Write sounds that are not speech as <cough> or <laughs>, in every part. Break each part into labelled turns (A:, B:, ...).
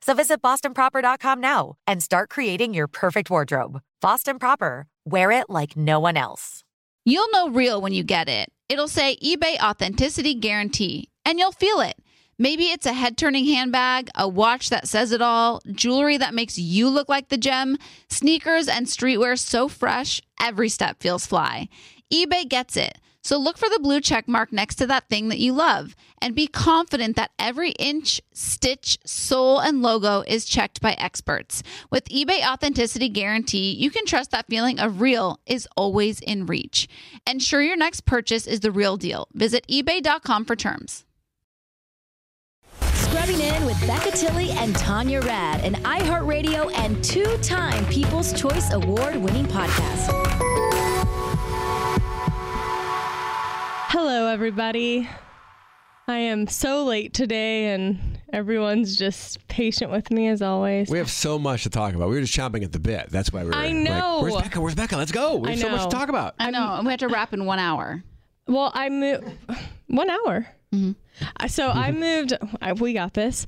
A: So visit bostonproper.com now and start creating your perfect wardrobe. Boston Proper, wear it like no one else.
B: You'll know real when you get it. It'll say eBay Authenticity Guarantee, and you'll feel it. Maybe it's a head turning handbag, a watch that says it all, jewelry that makes you look like the gem, sneakers and streetwear so fresh, every step feels fly. eBay gets it. So look for the blue check mark next to that thing that you love and be confident that every inch, stitch, sole, and logo is checked by experts. With eBay Authenticity Guarantee, you can trust that feeling of real is always in reach. Ensure your next purchase is the real deal. Visit eBay.com for terms.
C: Scrubbing in with Becca Tilly and Tanya Rad, an iHeartRadio and two time People's Choice Award winning podcast.
D: Hello, everybody. I am so late today, and everyone's just patient with me as always.
E: We have so much to talk about. We were just chomping at the bit. That's why we we're.
D: I know.
E: Like, Where's Becca? Where's Becca? Let's go. Oh, We
D: I
E: have so much
D: know.
E: to talk about.
B: I know, and we have to wrap in one hour. Mm-hmm.
D: Well, I moved one hour. Uh, So I
E: Mm-hmm.
D: moved. I, we got this.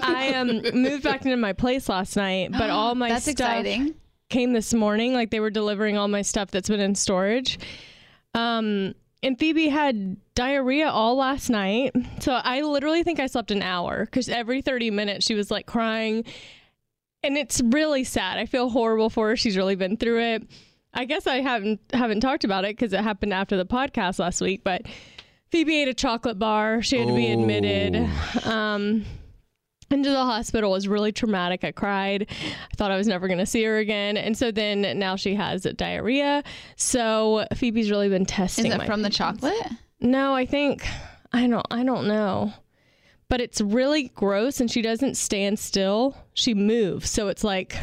D: I
E: <laughs>
D: um moved back into my place last night, but
B: <gasps>
D: all my
B: That's
D: stuff
B: exciting.
D: came this morning. Like they were delivering all my stuff that's been in storage. Um, and Phoebe had diarrhea all last night, so I literally think I slept an hour because every thirty minutes she was like crying, and it's really sad. I feel horrible for her. She's really been through it. I guess I haven't haven't talked about it because it happened after the podcast last week, but. Phoebe ate a chocolate bar. She had to be admitted
B: Oh.
D: um, into the hospital. It was really traumatic. I cried. I thought I was never going to see her again. And so then now she has diarrhea. So Phoebe's really been
B: Is
D: testing.
B: it
D: my
B: from the chocolate?
D: no, I think I don't I don't know. But it's really gross and she doesn't stand still. She moves. So it's like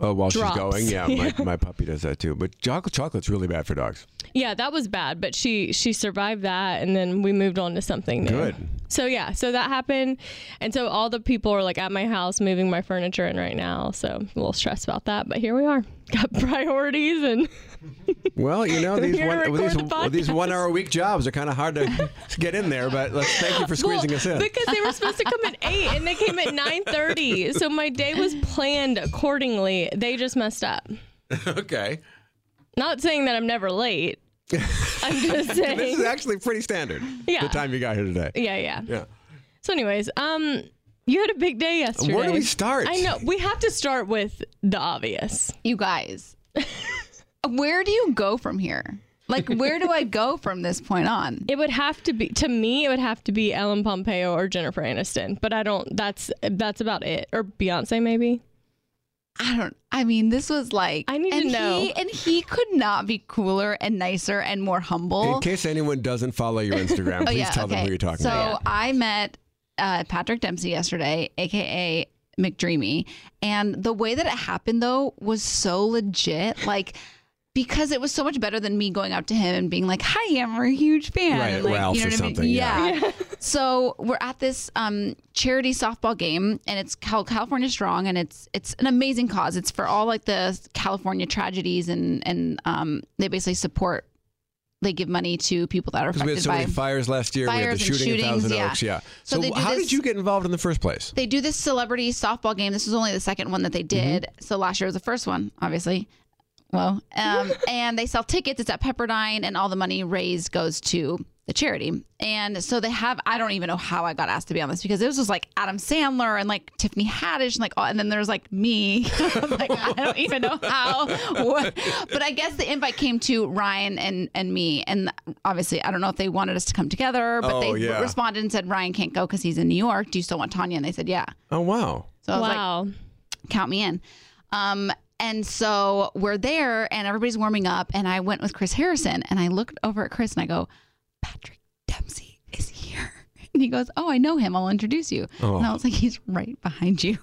E: Oh, while
D: Drops.
E: she's going, yeah,
D: <laughs>
E: My, my puppy does that too. But chocolate chocolate's really bad for dogs.
D: yeah, that was bad, but she she survived that and then we moved on to something new.
E: Good.
D: So yeah, so that happened. And so all the people are like at my house moving my furniture in right now. So I'm a little stressed about that, but here we are. Got priorities and <laughs>
E: Well, you know
D: We're
E: these
D: here to
E: one
D: record
E: these,
D: the
E: these
D: podcast.
E: one hour a week jobs are kind of hard
D: <laughs>
E: to get in there. But let's thank you for squeezing
D: <gasps> Well,
E: us in.
D: because they were supposed to come at eight and they came at nine thirty. So my day was planned accordingly. They just messed up.
E: <laughs> okay,
D: Not saying that I'm never late. I'm
E: <laughs>
D: just
E: this
D: saying.
E: is actually pretty standard.
D: Yeah.
E: the time you got here today.
D: yeah, yeah,
E: Yeah.
D: So, anyways, um, you had a big day yesterday.
E: Where do we start?
D: I know we have to start with the obvious.
B: You guys, where do you go from here? Like, where do I go from this point on?
D: It would have to be to me. It would have to be Ellen Pompeo or Jennifer Aniston. But I don't. That's that's about it. Or Beyonce maybe.
B: I don't. I mean, this was like.
D: I need to
B: and
D: know.
B: He, and he could not be cooler and nicer and more humble.
E: In case anyone doesn't follow your
B: <laughs>
E: Instagram, please tell them who you're talking
B: Oh, so
E: about.
B: I met uh, Patrick Dempsey yesterday, aka McDreamy, and the way that it happened though was so legit, like. Because it was so much better than me going up to him and being like, "Hi, I'm a huge fan."
E: Right,
B: and like,
E: Ralph's or
B: what
E: something, yeah.
B: yeah. so we're at this um, charity softball game, and it's Cal- California Strong, and it's it's an amazing cause. It's for all like the California tragedies, and and um, they basically support. They give money to people that are
E: Because
B: affected
E: we had so
B: by
E: many fires last year. we had
B: fires
E: the
B: and
E: shooting in
B: shootings,
E: Thousand
B: yeah.
E: Oaks. Yeah.
B: So
E: So,
B: they do
E: how
B: this-
E: did you get involved in the first place?
B: they do this celebrity softball game. This was only the second one that they
E: Mm-hmm.
B: did. So last year was the first one, obviously. Well,
E: <laughs>
B: um, and they sell tickets. It's at Pepperdine, and all the money raised goes to the charity. And so they have. I don't even know how I got asked to be on this because it was just like Adam Sandler and like Tiffany Haddish and like, all, and then there's like me. <laughs> I'm like <laughs> I don't even know how. What. But I guess the invite came to Ryan and and me, and obviously I don't know if they wanted us to come together, but
E: Oh,
B: they
E: yeah.
B: responded and said Ryan can't go because he's in New York. Do you still want Tanya? And they said yeah.
E: Oh wow.
B: So I was like,
D: wow.
B: count me in. Um, and so we're there and everybody's warming up. And I went with Chris Harrison and I looked over at Chris and I go, Patrick Dempsey is here. <laughs> And he goes, Oh, I know him. I'll introduce you. And I was like, He's right behind you.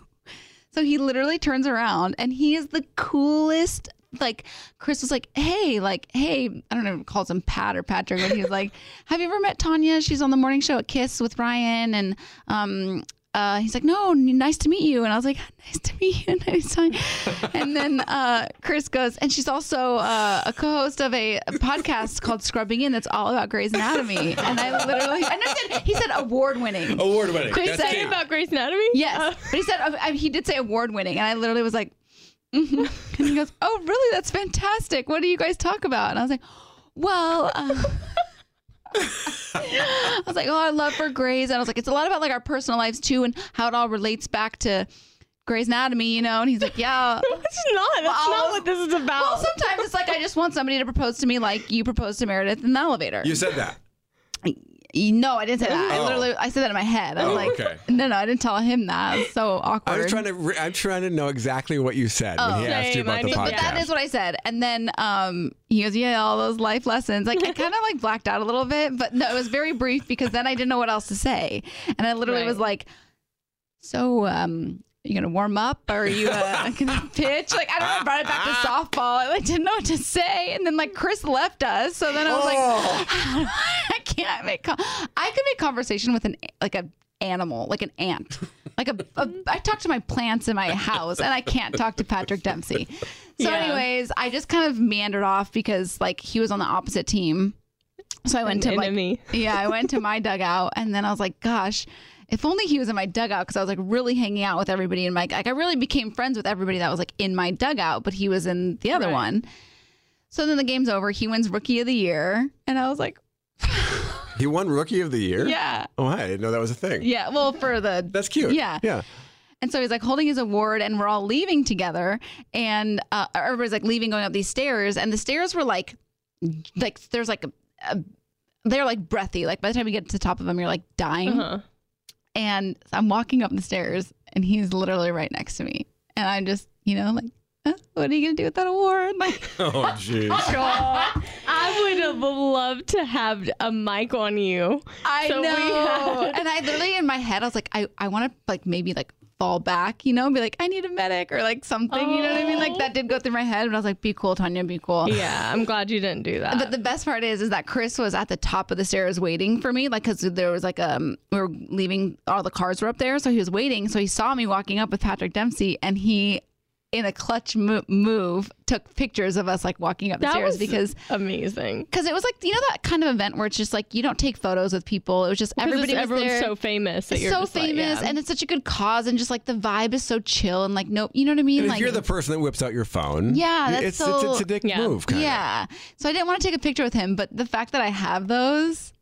B: So he literally turns around and he is the coolest. Like Chris was like, hey, like, hey, I don't know if it calls him Pat or Patrick, but he was like, have you ever met Tanya? She's on the morning show at Kiss with Ryan, and um, uh, he's like, no, n- nice to meet you, and I was like, nice to meet you, <laughs> nice time. and then uh, Chris goes, and she's also uh, a co-host of a podcast called Scrubbing In that's all about Grey's Anatomy, and I literally, and I said, he said award winning.
E: Award winning.
B: Chris said-
D: Say about Grey's Anatomy.
B: Yes,
D: Uh,
B: but he said I, he did say award winning, and I literally was like, mhm. <laughs> and he goes, "Oh, really? That's fantastic. What do you guys talk about?" And I was like, "Well." Uh, <laughs> I was like, oh, I love for Grey's. And I was like, it's a lot about like our personal lives too and how it all relates back to Grey's Anatomy, you know? And he's like, yeah.
D: It's not. <laughs> That's
B: Well,
D: not what this is about.
B: well, sometimes it's like I just want somebody to propose to me like you proposed to Meredith in the elevator.
E: You said that.
B: no, I didn't say that. I
E: Oh.
B: literally, I said that in my head. I was
E: Oh,
B: like,
E: okay.
B: no, no, I didn't tell him that. It's so Oh, awkward. Oh.
E: I'm trying to. Re- I'm trying to know exactly what you said when he asked you
D: Same, I
E: about the
D: need-
E: podcast.
B: But that is what I said. And then um, he goes, Yeah, all those life
E: <laughs>
B: lessons. Like, I kind of like blacked out a little bit, but no, it was very brief because then I didn't know what else to say. And I literally
D: Right.
B: was like, So, um, you gonna warm up or are you uh, <laughs> gonna pitch? Like I don't know. I brought it <laughs> back to
F: <laughs>
B: softball. I like, didn't know what to say, and then like Chris left us. So then I was like, <laughs> I can't make. Con- I could make conversation with an like a animal, like an ant, like a, a. I talk to my plants in my house, and I can't talk to Patrick Dempsey. So,
D: Yeah.
B: anyways, I just kind of meandered off because like he was on the opposite team, so I went
D: An
B: to like
D: enemy.
B: <laughs> yeah, I went to my dugout and then I was like, gosh, if only he was in my dugout because I was like really hanging out with everybody and like, like I really became friends with everybody that was like in my dugout, but he was in the other
D: Right.
B: one. So then the game's over. He wins rookie of the year. And I was like,
E: he won Rookie of the Year.
B: yeah.
E: Oh, I didn't know that was a thing.
B: Yeah. Well, for the
E: That's cute.
B: Yeah.
E: Yeah.
B: And so he's like holding his award, and we're all leaving together. And uh, everybody's like leaving, going up these stairs, and the stairs were like, like there's like a, a they're like breathy. Like by the time you get to the top of them, you're like dying.
D: Uh-huh.
B: And I'm walking up the stairs, and he's literally right next to me, and I'm just, you know, like, "Huh? what are you gonna do with that award? Like,
E: <laughs> Oh,
D: <laughs>
E: jeez.
D: I would have loved to have a mic on you.
B: I
D: So we
B: know.
D: had-
B: and I literally in my head, I was like, I, I want to like maybe like fall back, you know, and be like, I need a medic or like something, you know what I mean? Like that did go through my head, but I was like, be cool, Tanya, be cool. <laughs>
D: Yeah, I'm glad you didn't do that.
B: But the best part is, is that Chris was at the top of the stairs waiting for me, like because there was like um we were leaving, all the cars were up there, so he was waiting. So he saw me walking up with Patrick Dempsey, and he, in a clutch mo- move, took pictures of us like walking up the
D: that
B: stairs
D: was
B: because
D: amazing.
B: because it was like you know that kind of event where it's just like you don't take photos with people. It was just
D: 'Cause it's-
B: everybody was
D: everyone's
B: there.
D: so famous. That
B: It's
D: you're
B: so
D: just like,
B: famous,
D: yeah.
B: and it's such a good cause, and just like the vibe is so chill, and like no, you know what I mean?
E: And if
B: like
E: you're the person that whips out your phone,
B: Yeah, that's
E: it's,
B: so-
E: it's, it's a dick
D: Yeah.
E: move. Kind
B: yeah. So I didn't want to take a picture with him, but the fact that I have those,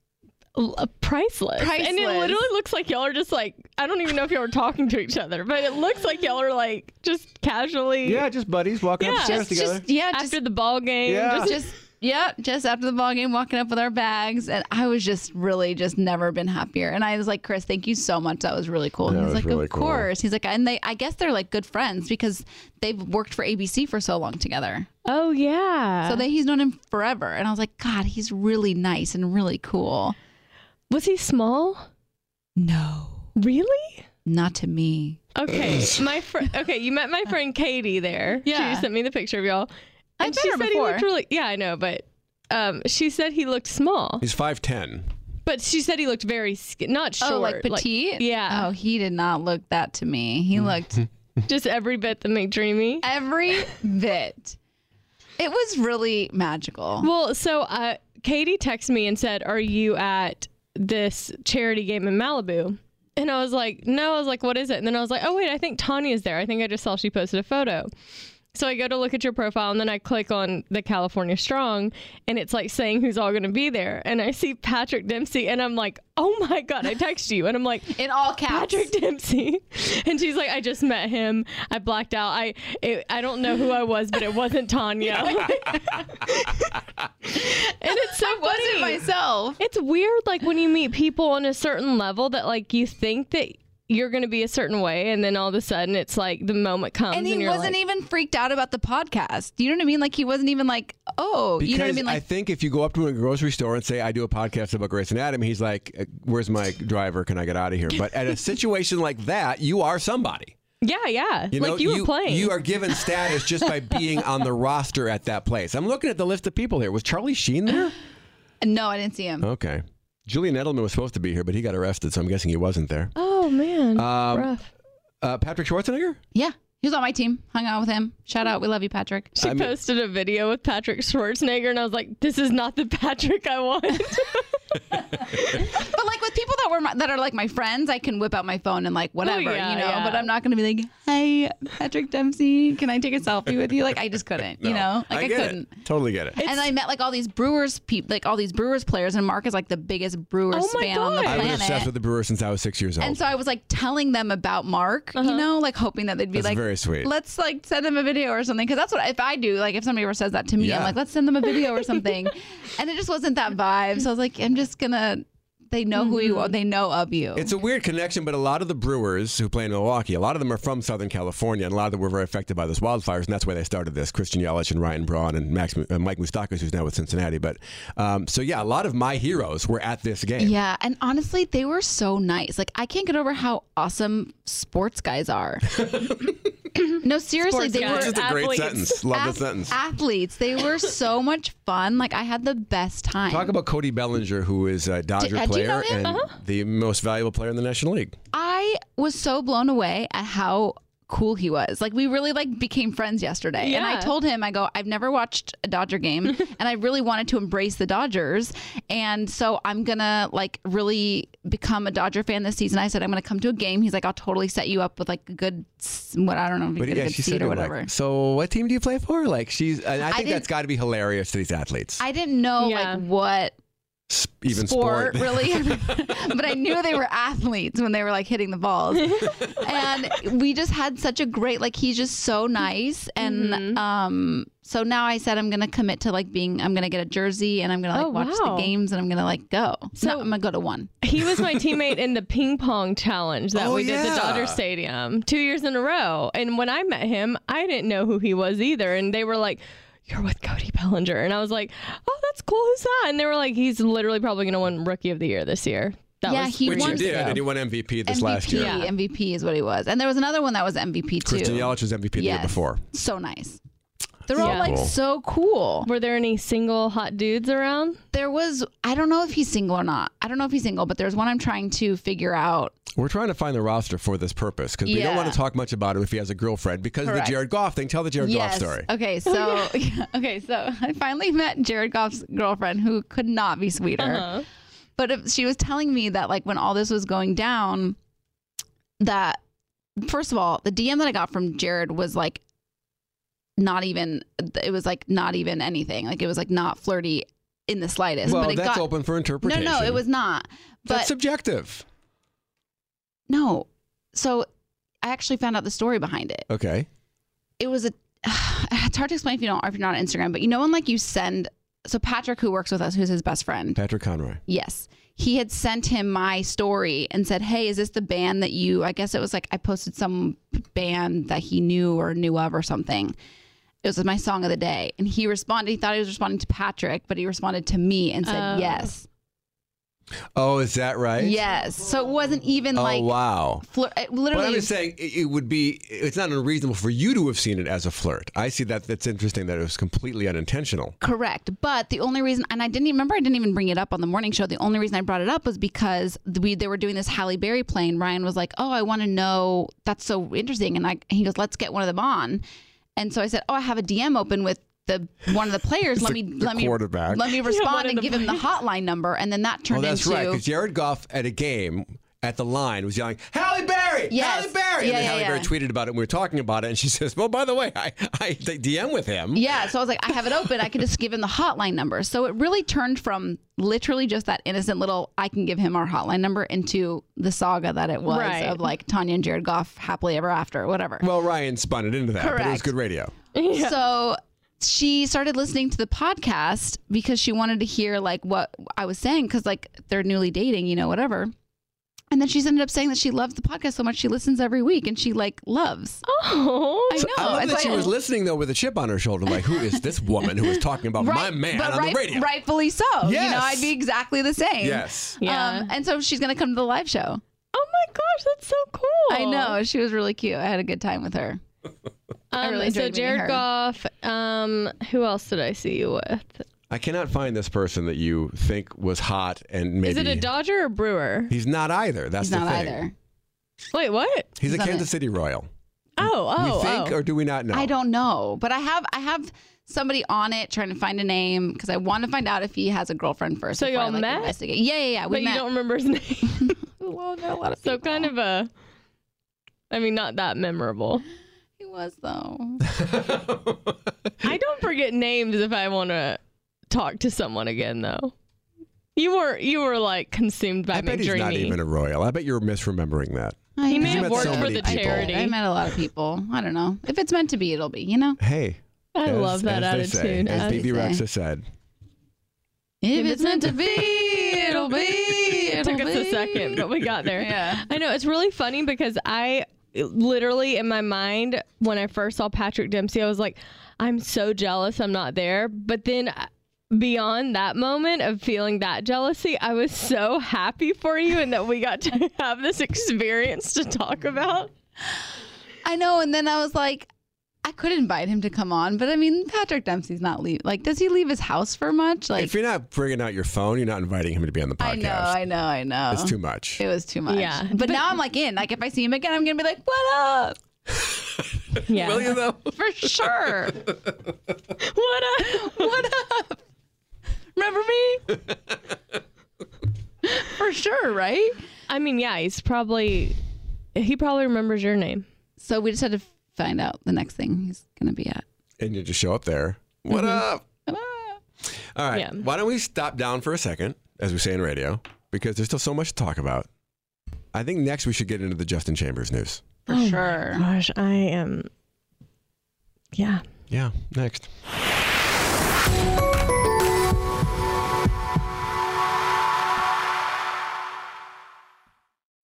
D: L- uh, priceless. And it
B: Priceless.
D: literally looks like y'all are just like I don't even know if y'all were talking to each other, but it looks like y'all are like just casually
E: just buddies walking
D: Yeah.
E: upstairs
B: just, just yeah, just
D: after the ball game.
E: Yeah.
D: Just,
B: just Yep, just after the ball game, walking up with our bags, and I was just really just never been happier. And I was like, Chris, thank you so much. That was really cool. And
G: That
B: he's
G: was
B: like,
G: really
B: of
G: cool.
B: course. He's like, and they, I guess they're like good friends because they've worked for ABC for so long together.
D: Oh yeah.
B: So they, he's known him forever. And I was like, God, he's really nice and really cool.
D: was he small?
B: No,
D: Really?
B: not to me.
D: Okay,
E: <laughs>
G: <laughs>
D: my friend. Okay, you met my friend Katie there.
B: Yeah.
D: she sent me the picture of y'all.
B: I've
D: And
B: met
D: she
B: her
D: said
B: before.
D: he looked really. Yeah, I know, but um, she said he looked small.
E: He's 5'10.
D: But she said he looked very skin- not short.
B: oh, like petite?
D: yeah.
B: Oh, he did not look that to me. He
E: Hmm. <laughs>
B: looked
D: just every bit the McDreamy.
B: every <laughs> bit. It was really magical.
D: Well, so uh, Katie texted me and said, "Are you at this charity game in Malibu?" And I was like, "No." I was like, "What is it?" And then I was like, "Oh wait, I think Tanya's there. I think I just saw she posted a photo." So I go to look at your profile and then I click on the California Strong and it's like saying who's all going to be there. And I see Patrick Dempsey and I'm like, oh my God, I text you. And I'm like,
B: in all caps.
D: Patrick Dempsey. <laughs> And she's like, I just met him. I blacked out. I it, I don't know who I was, but it wasn't Tanya.
B: <laughs>
D: <laughs> and it's so
B: wasn't
D: funny.
B: myself.
D: it's weird, like when you meet people on a certain level that like you think that you're gonna be a certain way, and then all of a sudden it's like the moment comes,
B: And
D: and,
B: he
D: you're
B: wasn't
D: like,
B: even freaked out about the podcast. You know what I mean? Like he wasn't even like, oh,
E: Because
B: you know what I mean? Like
E: think if you go up to him in a grocery store and say, I do a podcast about Grey's Anatomy, he's like, "Uh, Where's my driver? Can I get out of here? But at a situation like that, you are somebody.
D: yeah, yeah,
E: You
D: like
E: know,
D: you were playing.
E: You are given status just by being on the roster at that place. I'm looking at the list of people here. Was Charlie Sheen there?
B: no, I didn't see
D: Um,
B: him.
E: Okay. Julian Edelman was supposed to be here, but he got arrested, so I'm guessing he wasn't there.
D: oh man,
E: Um,
D: rough.
E: Uh, Patrick Schwarzenegger?
B: Yeah, he was on my team. Hung out with him. Shout out, we love you, Patrick.
D: She
E: I mean-
D: posted a video with Patrick Schwarzenegger, and I was like, "This is not the <laughs> Patrick I want."
B: But like with people that were my, that are like my friends, I can whip out my phone and like whatever,
D: Oh, yeah,
B: you know.
D: yeah.
B: But I'm not gonna be like, "Hey, Patrick Dempsey, can I take a selfie with you?" Like I just
E: <laughs>
B: couldn't, you know. Like I,
E: get it.
B: couldn't.
E: Totally get it.
B: And I met like all these Brewers people, like all these Brewers players, and Mark is like the biggest Brewers
D: Oh my
B: fan on the
D: God.
E: I've
B: planet.
E: been obsessed with the Brewers since I was six years old.
B: And so I was like telling them about Mark, you know, like hoping that they'd be
E: That's
B: like,
E: very sweet.
B: Let's like send them a video or something. Cause that's what, if I do, like if somebody ever says that to me, I'm
E: Yeah.
B: like, let's send them
E: <laughs>
B: a video or something. and it just wasn't that vibe. So I was like, I'm just gonna, they know who you are, they know of you.
E: Mm-hmm. It's a weird connection, but a lot of the brewers who play in Milwaukee, a lot of them are from Southern California, and a lot of them were very affected by those wildfires, and that's why they started this. Christian Yelich and Ryan Braun and Max, uh, Mike Moustakas, who's now with Cincinnati. But um, so yeah, a lot of my heroes were at this game.
B: yeah, and honestly, they were so nice. Like, I can't get over how awesome sports guys are. <laughs> no, seriously,
D: Sports
B: they
D: guys.
B: were
D: Which
E: Which is a great
D: Athletes.
E: sentence. Love the
B: ath-
E: sentence.
B: athletes. They were so much fun. Like, I had the best time.
E: Talk about Cody Bellinger, who is a Dodger
B: uh, do
E: player
B: you know him?
E: and the most valuable player in the National League.
B: I was so blown away at how cool he was. Like we really like became friends yesterday. And I
D: Yeah.
B: told him I go I've never watched a Dodger game
D: <laughs>
B: and I really wanted to embrace the Dodgers and so I'm going to like really become a Dodger fan this season. I said I'm going to come to a game. He's like I'll totally set you up with like a good s- what I don't know if you
E: But
B: get
E: yeah,
B: a good
E: she
B: seat
E: said,
B: or
E: it, like,
B: whatever.
E: "So, what team do you play for?" Like she's, and I think
B: didn't-
E: that's got to be hilarious to these athletes.
B: I didn't know
D: Yeah.
B: like what
E: S- Even <laughs>
B: sport, really <laughs> but i knew they were athletes when they were like hitting
E: <laughs>
B: the balls and we just had such a great like he's just so nice and
D: Mm-hmm.
B: um so now i said i'm gonna commit to like being i'm gonna get a jersey and i'm gonna like
D: Oh,
B: watch
D: wow.
B: the games and i'm gonna like go so
D: So-
B: i'm gonna go to one
D: He was my teammate in the ping pong challenge that
E: Oh,
D: we did at
E: yeah.
D: the Dodger Stadium two years in a row. And when I met him, I didn't know who he was either. And they were like, You're with Cody Bellinger. And I was like, Oh, that's cool. Who's that? And they were like, He's literally probably going to win Rookie of the Year this year. That
B: Yeah,
D: was
B: he
D: three
E: Which
B: won
E: he
D: years
E: did,
D: ago.
E: and he won MVP this
B: mvp
E: last year.
D: Yeah.
B: mvp is what he was and there was another one that was mvp too
E: Christian Yelich was MVP the year
B: Yes.
E: before.
B: so nice they're all
D: Yeah.
B: like
E: Cool.
B: so cool.
D: Were there any single hot dudes around?
B: There was I don't know if he's single or not. I don't know if he's single, but there's one I'm trying to figure out.
E: We're trying to find the roster for this purpose because we
B: Yeah.
E: don't want to talk much about him if he has a girlfriend because of
B: Correct.
E: the Jared Goff thing. Tell the Jared Goff
B: yes.
E: story.
B: Okay, so <laughs> okay, so I finally met Jared Goff's girlfriend, who could not be sweeter. But if, she was telling me that like when all this was going down, that first of all, the DM that I got from Jared was like not even. It was like not even anything. Like it was like not flirty in the slightest.
E: Well,
B: but it
E: that's
B: got,
E: open for
B: No,
E: interpretation.
B: no, it was not. But
E: that's subjective.
B: no, so I actually found out the story behind it.
E: Okay.
B: <sighs> it was a it's hard to explain if you don't if you're not on Instagram, but you know when like you send so Patrick, who works with us, who's his best friend,
E: Patrick Conroy.
B: Yes. He had sent him my story and said, Hey, is this the band that you? I guess it was like I posted some band that he knew or knew of or something. It was my song of the day. And he responded, he thought he was responding to Patrick, but he responded to me and said,
D: Oh.
B: Yes.
E: Oh, is that right?
B: Yes. So it wasn't even
E: Oh
B: like,
E: wow.
B: flir- it literally.
E: But I'm just saying it it would be. It's not unreasonable for you to have seen it as a flirt. I see that. That's interesting. That it was completely unintentional.
B: Correct. But the only reason, and I didn't even remember, I didn't even bring it up on the morning show. The only reason I brought it up was because we they were doing this Halle Berry play, and Ryan was like, "Oh, I want to know. That's so interesting." And I, he goes, "Let's get one of them on." And so I said, "Oh, I have a DM open with the one of the
E: <laughs>
B: players. let me
E: the
B: let me
E: quarterback.
D: <laughs>
B: let me
D: one
B: respond
D: of
B: and
D: the
B: give him the hotline number." And then that turned
E: oh, that's
B: into
E: right. Because Jared Goff at a game at the line was yelling, "Halle Berry!
B: Yes.
E: Halle Berry!" and
B: Yeah,
E: then
B: yeah,
E: Halle
B: yeah.
E: Berry tweeted about it. and We were talking about it, and she <laughs> says, "Well, by the way, I I DM with him."
B: Yeah, so I was like, I have it open. I could just give him the hotline number. So it really turned from literally just that innocent little I can give him our hotline number into the saga that it was
D: Right.
B: of like Tanya and Jared Goff happily ever after, whatever.
E: Well, Ryan spun it into that, but it was
B: Correct.
E: good radio.
B: So she started listening to the podcast because she wanted to hear like what I was saying because like they're newly dating, you know, whatever. And then she's ended up saying that she loves the podcast so much she listens every week and she like loves.
D: Oh,
B: I know.
E: I love
B: it's
E: that she
B: like-
E: was listening though with a chip on her shoulder, like, "Who is this woman who is talking about my man
B: but
E: on
B: right-
E: the radio?"
B: Rightfully so. You know,
E: Yes.
B: I'd be exactly the same.
E: Yes.
D: Yeah.
B: Um, and so she's going to come to the live show.
D: oh my gosh, that's so cool.
B: I know. She was really cute. I had a good time with her.
D: Um,
B: really
D: so
B: enjoyed meeting her.
D: Jared Goff. Um, who else did I see you with?
E: I cannot find this person that you think was hot and maybe
D: Is it a Dodger or Brewer?
E: He's not either. That's
B: She's
E: the
B: not
E: thing.
B: either.
D: Wait, what?
E: He's,
B: He's
E: a
B: not
E: Kansas
B: it.
E: City Royal.
D: Oh, oh,
E: we think
D: oh.
E: or do we not know?
B: I don't know, but I have I have somebody on it trying to find a name because I want to find out if he has a girlfriend first.
D: So
B: before I,
D: y'all
B: like,
D: met?
B: Investigate. Yeah, yeah, yeah. We
D: but you
B: met.
D: don't remember his <laughs> name.
B: Well, not a lot of
D: so
B: people.
D: kind of a. I mean, not that memorable.
B: He was though.
D: I don't forget names if I want to talk to someone again, though. You were you were like consumed by
E: I bet he's
D: Major
E: not
D: Me.
E: even a Royal. I bet you're misremembering that.
B: I
D: He may
E: He's
D: have
E: met
D: worked
E: so
D: for
E: many
D: the
E: people.
D: charity.
B: I met a lot of people. I don't know if it's meant to be, it'll be. You know,
E: Hey.
D: I
E: as-
D: love that
E: as they say,
D: attitude.
E: as
B: As they
E: BB
B: say.
E: Rexa said.
B: if it's meant to be, it'll be.
D: <laughs> It
B: It'll
D: took us
B: be.
D: a second, but we got there.
B: Yeah.
D: I know it's really funny because I literally in my mind when I first saw Patrick Dempsey, I was like, I'm so jealous I'm not there. But then uh, beyond that moment of feeling that jealousy, I was so happy for you and that we got to <laughs> have this experience to talk about.
B: I know. And then I was like, I could invite him to come on, but I mean, Patrick Dempsey's not leave. Like, does he leave his house for much? Like,
E: if you're not bringing out your phone, you're not inviting him to be on the podcast.
B: I know, I know, I know.
E: It's too much.
B: It was too much.
D: Yeah.
B: But, now I'm like in. Like, if I see him again, I'm gonna be like, "What
E: <laughs>
B: up?"
D: Yeah.
E: Will you though?
B: <laughs>
E: <laughs>
B: For sure.
D: What up?
B: what up? Remember me? For sure, right?
D: I mean, yeah, he's probably he probably remembers your name.
B: So we just had to find out the next thing he's Mm-hmm. gonna be at.
E: And you just show up there. What up?
B: What up?
E: All right.
D: Yeah.
E: Why don't we stop down for a second, as we say in radio, because there's still so much to talk about. I think next we should get into the Justin Chambers news.
B: For sure.
D: Gosh, I am yeah.
E: Yeah, next.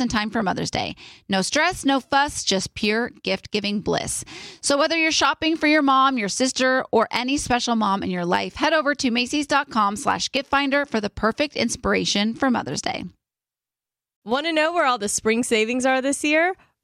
B: in time for Mother's Day. No stress, no fuss, just pure gift giving bliss. So, whether you're shopping for your mom, your sister, or any special mom in your life, head over to Macy's.com slash gift finder for the perfect inspiration for Mother's Day.
D: Want to know where all the spring savings are this year?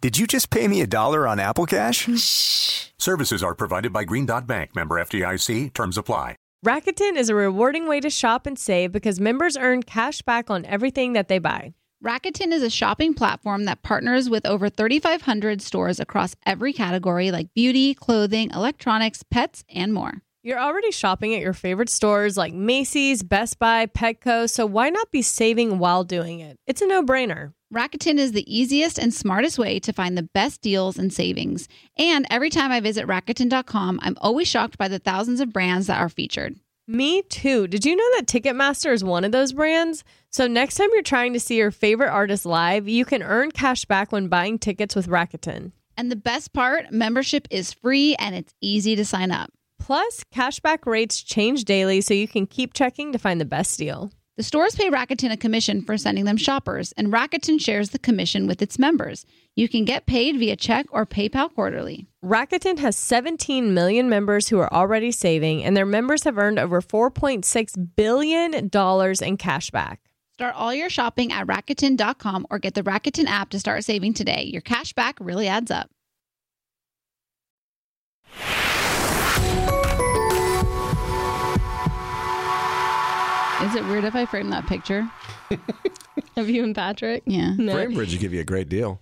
H: Did you just pay me a dollar on Apple Cash?
I: Services are provided by Green Dot Bank, member FDIC. Terms
E: <laughs>
I: apply.
D: Rakuten is a rewarding way to shop and save because members earn cash back on everything that they buy.
B: Rakuten is a shopping platform that partners with over 3,500 stores across every category like beauty, clothing, electronics, pets, and more.
D: You're already shopping at your favorite stores like Macy's, Best Buy, Petco, so why not be saving while doing it? It's a no brainer.
B: Rakuten is the easiest and smartest way to find the best deals and savings. And every time I visit Rakuten.com, I'm always shocked by the thousands of brands that are featured.
D: Me too. Did you know that Ticketmaster is one of those brands? So next time you're trying to see your favorite artist live, you can earn cash back when buying tickets with Rakuten.
B: And the best part membership is free and it's easy to sign up.
D: Plus, cashback rates change daily, so you can keep checking to find the best deal.
B: The stores pay Rakuten a commission for sending them shoppers, and Rakuten shares the commission with its members. You can get paid via check or PayPal quarterly.
D: Rakuten has 17 million members who are already saving, and their members have earned over $4.6 billion in cashback.
B: Start all your shopping at Rakuten.com or get the Rakuten app to start saving today. Your cash back really adds up. Is it weird if I frame that picture?
D: <laughs> Of you and Patrick?
B: Yeah.
D: No.
E: Framebridge will give you a great deal.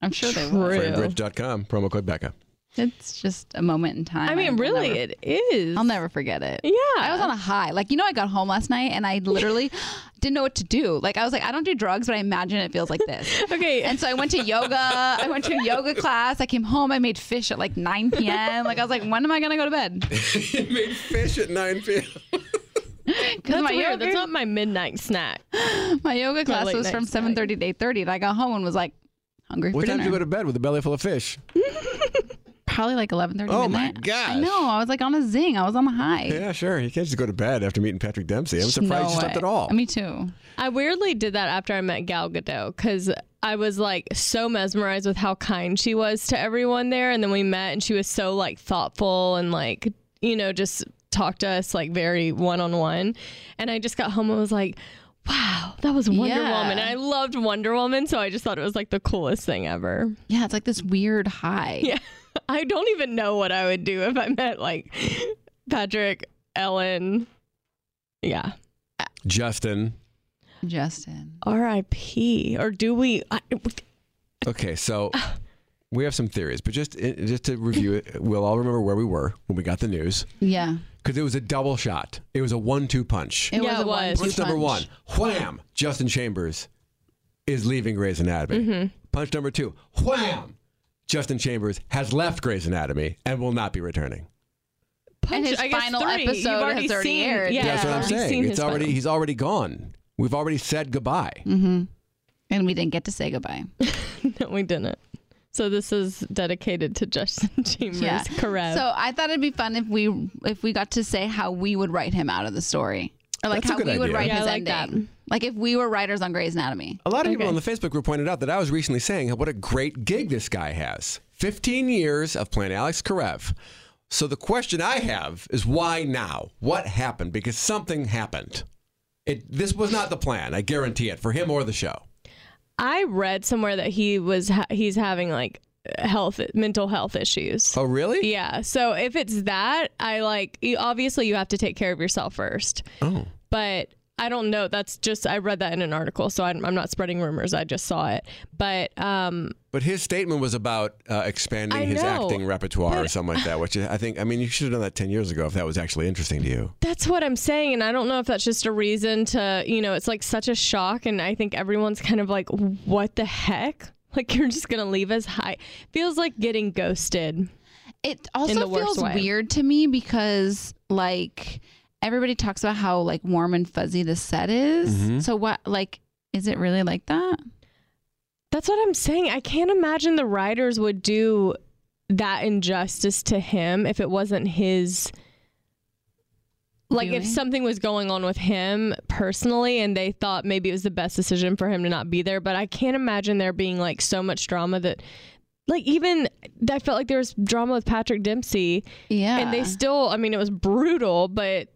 B: I'm sure they
D: True.
B: will.
E: Framebridge.com, promo code Becca.
B: It's just a moment in time.
D: I mean,
B: will
D: really,
B: never-
D: it is.
B: I'll never forget it.
D: Yeah.
B: I was on a high. Like, you know, I got home last night and I
D: <laughs>
B: literally didn't know what to do. Like, I was like, I don't do drugs, but I imagine it feels like
D: <laughs>
B: this.
D: Okay.
B: And so I went to yoga. I went to a yoga class. I came home. I made fish at like 9 p.m. Like, I was like, when am I going to go to bed?
E: <laughs> you made fish at 9 p.m.
B: Because my,
D: That's weird. That's
B: yoga-
D: not my midnight snack.
B: <gasps> my yoga class
D: late
B: was from
D: night snack.
B: 7.30 to 8.30. And I got home and was like, hungry
E: What
B: for
E: time
B: dinner.
E: did you go to bed with a belly full of fish?
B: Probably like 11.30
E: Oh my
B: midnight.
E: gosh.
B: I know. I was like on a zing. I was on a high.
E: Yeah, sure. You can't just go to bed after meeting Patrick Dempsey. I'm surprised
B: no
E: you slept
B: way.
E: at all.
B: Me too.
D: I weirdly did that after I met Gal Gadot because I was like so mesmerized with how kind she was to everyone there. And then we met and she was so like thoughtful and like, you know, just talked to us like very one on one. And I just got home and was like, wow, that was Wonder
B: Yeah.
D: Woman. And I loved Wonder Woman. So I just thought it was like the coolest thing ever. <laughs>
B: Yeah, it's like this weird high.
D: Yeah. I don't even know what I would do if I met like Patrick, Ellen. Yeah.
E: Justin.
B: Justin.
D: R.I.P. Or do we? I,
E: Okay,
D: <laughs>
E: so we have some theories, but just just to review it, we'll all remember where we were when we got the news
B: Yeah.
E: because it was a double shot. It was a one-two punch.
B: It
D: Yeah,
B: was a
D: it
B: one,
D: was.
B: two
E: punch number one,
B: punch.
E: wham! Justin Chambers is leaving Grey's Anatomy.
D: Mm-hmm.
E: Punch number two, wham! Justin Chambers has left Grey's Anatomy and will not be returning.
D: punch,
B: his
D: I guess
B: final
D: three.
B: episode
D: You've already
B: has already
D: seen,
B: aired.
D: Yeah,
E: That's what I'm
D: you've seen
E: saying. It's
D: his
E: already
D: final.
E: he's already gone. We've
B: Mm-hmm.
E: already said goodbye.
D: <laughs>
B: And we didn't get to say goodbye.
D: no, we didn't. So this is dedicated to Justin <laughs> Chambers. Correct.
B: So I thought it'd be fun if we if we got to say how we would write him out of the story, or like
E: That's a
B: how we
E: good
B: would
E: idea.
B: write
E: Yeah, I
B: his
E: like that.
B: ending. Like if we were writers on Grey's Anatomy.
E: A lot of people on the Facebook group pointed out that I was recently saying what a great gig this guy has. 15 years of playing Alex Karev. So the question I have is why now? What happened? Because something happened. It, this was not the plan, I guarantee it, for him or the show.
D: I read somewhere that he was ha- he's having like health mental health issues.
E: Oh, really?
D: Yeah. So if it's that, I like you, obviously you have to take care of yourself first.
E: Oh.
D: But I don't know. That's just I read that in an article, so I'm, I'm not spreading rumors. I just saw it. But um,
E: But his statement was about uh, expanding
D: I
E: his
D: know,
E: acting repertoire or something like that, which I think, I mean, you should have done that 10 years ago if that was actually interesting to you.
D: That's what I'm saying. And I don't know if that's just a reason to, you know, it's like such a shock. And I think everyone's kind of like, what the heck? <laughs> Like, you're just going to leave us high. Feels like getting ghosted.
B: It
D: in
B: also
D: the worst
B: feels
D: way.
B: weird to me because like everybody talks about how like warm and fuzzy the set is.
E: Mm-hmm.
D: Mhm.
B: So what like is it really like that?
D: That's what I'm saying. I can't imagine the writers would do that injustice to him if it wasn't his. Like, if
B: Doing?
D: something was going on with him personally and they thought maybe it was the best decision for him to not be there. But I can't imagine there being like so much drama that, like, even I felt like there was drama with Patrick Dempsey.
B: Yeah.
D: And they still, I mean, it was brutal, but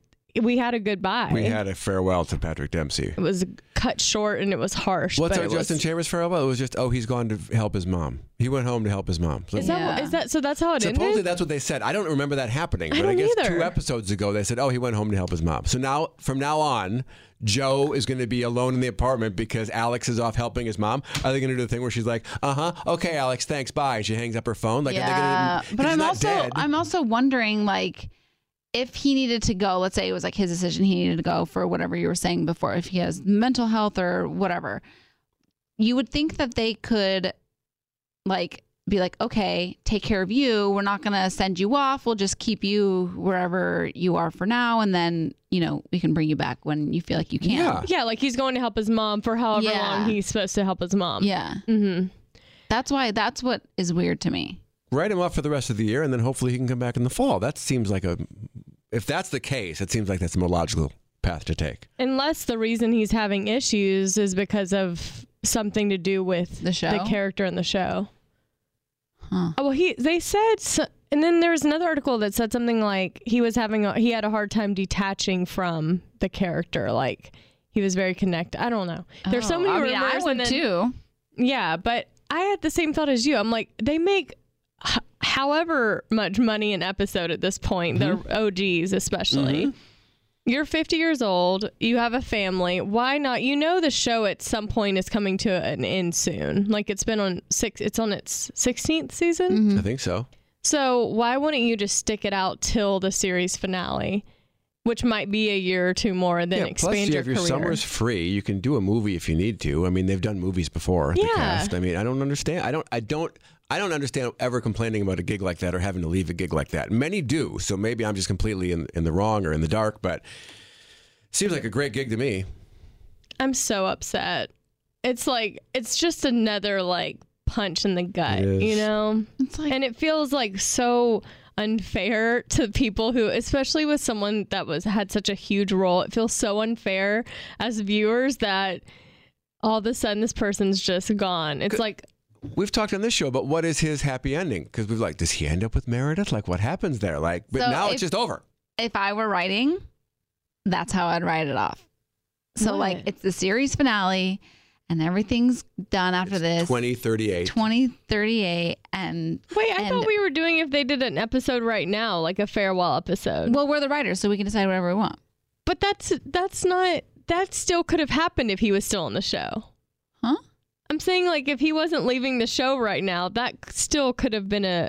D: we had a goodbye.
E: We had a farewell to Patrick Dempsey.
D: it was cut short and it was harsh.
E: What's
D: but
E: our
D: it was-
E: Justin Chambers farewell? It was just, oh, he's gone to help his mom. He went home to help his mom. So-
D: Is that, what- is that so? That's how it
E: Supposedly
D: ended.
E: that's what they said. I don't remember that happening,
D: I
E: but I,
D: don't
E: guess
D: either.
E: two episodes ago they said, "Oh, he went home to help his mom." So now, from now on, Joe is going to be alone in the apartment because Alex is off helping his mom. Are they going to do the thing where she's like, "Uh huh, okay, Alex, thanks, bye," she hangs up her phone? Like,
B: yeah.
E: are they gonna, 'cause
B: but
E: he's
B: I'm
E: not
B: also
E: dead.
B: I'm also wondering like if he needed to go, let's say it was like his decision he needed to go for whatever you were saying before, if he has mental health or whatever, you would think that they could like be like, okay, take care of you. We're not gonna send you off. We'll just keep you wherever you are for now, and then you know we can bring you back when you feel like you can.
E: Yeah.
D: Yeah, like he's going to help his mom for however
B: Yeah.
D: long he's supposed to help his mom.
B: Yeah.
D: Mm-hmm.
B: That's why. That's what is weird to me.
E: write him off for the rest of the year, and then hopefully he can come back in the fall. That seems like a, if that's the case, it seems like that's a more logical path to take.
D: Unless the reason he's having issues is because of something to do with
B: The show?
D: character in the show.
B: Huh.
D: Oh, well, he they said, so, and then there was another article that said something like he was having a, he had a hard time detaching from the character, like he was very connected. I don't know. There's so
B: Oh,
D: many
B: I mean,
D: rumors.
B: I
D: and
B: would
D: then-
B: too.
D: Yeah, but I had the same thought as you. I'm like, they make h- however much money an episode at this point,
E: Mm-hmm.
D: the OGs especially. You're 50 years old, you have a family. Why not? You know the show at some point is coming to an end soon. Like it's been on six it's on its 16th season.
E: I think so.
D: So why wouldn't you just stick it out till the series finale? Which might be a year or two more, and then expand
E: plus,
D: your
E: if your
D: career.
E: summer's free, you can do a movie if you need to. I mean, they've done movies before. The
D: Yeah.
E: cast. I mean, I don't understand. I don't. I don't. I don't understand ever complaining about a gig like that or having to leave a gig like that. Many do. So maybe I'm just completely in, in the wrong or in the dark. But seems like a great gig to me.
D: I'm so upset. It's like it's just another like punch in the gut,
E: It is.
D: you know?
B: It's like
D: And it feels like so unfair <laughs> to people who especially with someone that was had such a huge role. It feels so unfair as viewers that all of a sudden this person's just gone. It's like
E: We've talked on this show about what is his happy ending because we've like, does he end up with Meredith? Like, what happens there? Like, but
B: So
E: now
B: if-
E: it's just over.
B: if I were writing, that's how I'd write it off. So
D: What?
B: like it's the series finale and everything's done after this.
E: Twenty thirty eight.
B: 2038 and
D: wait, I
B: and-
D: thought we were doing if they did an episode right now, like a farewell episode.
B: well we're the writers so we can decide whatever we want.
D: But that's that's not that still could have happened if he was still on the show.
B: Huh?
D: I'm saying like if he wasn't leaving the show right now, that still could have been a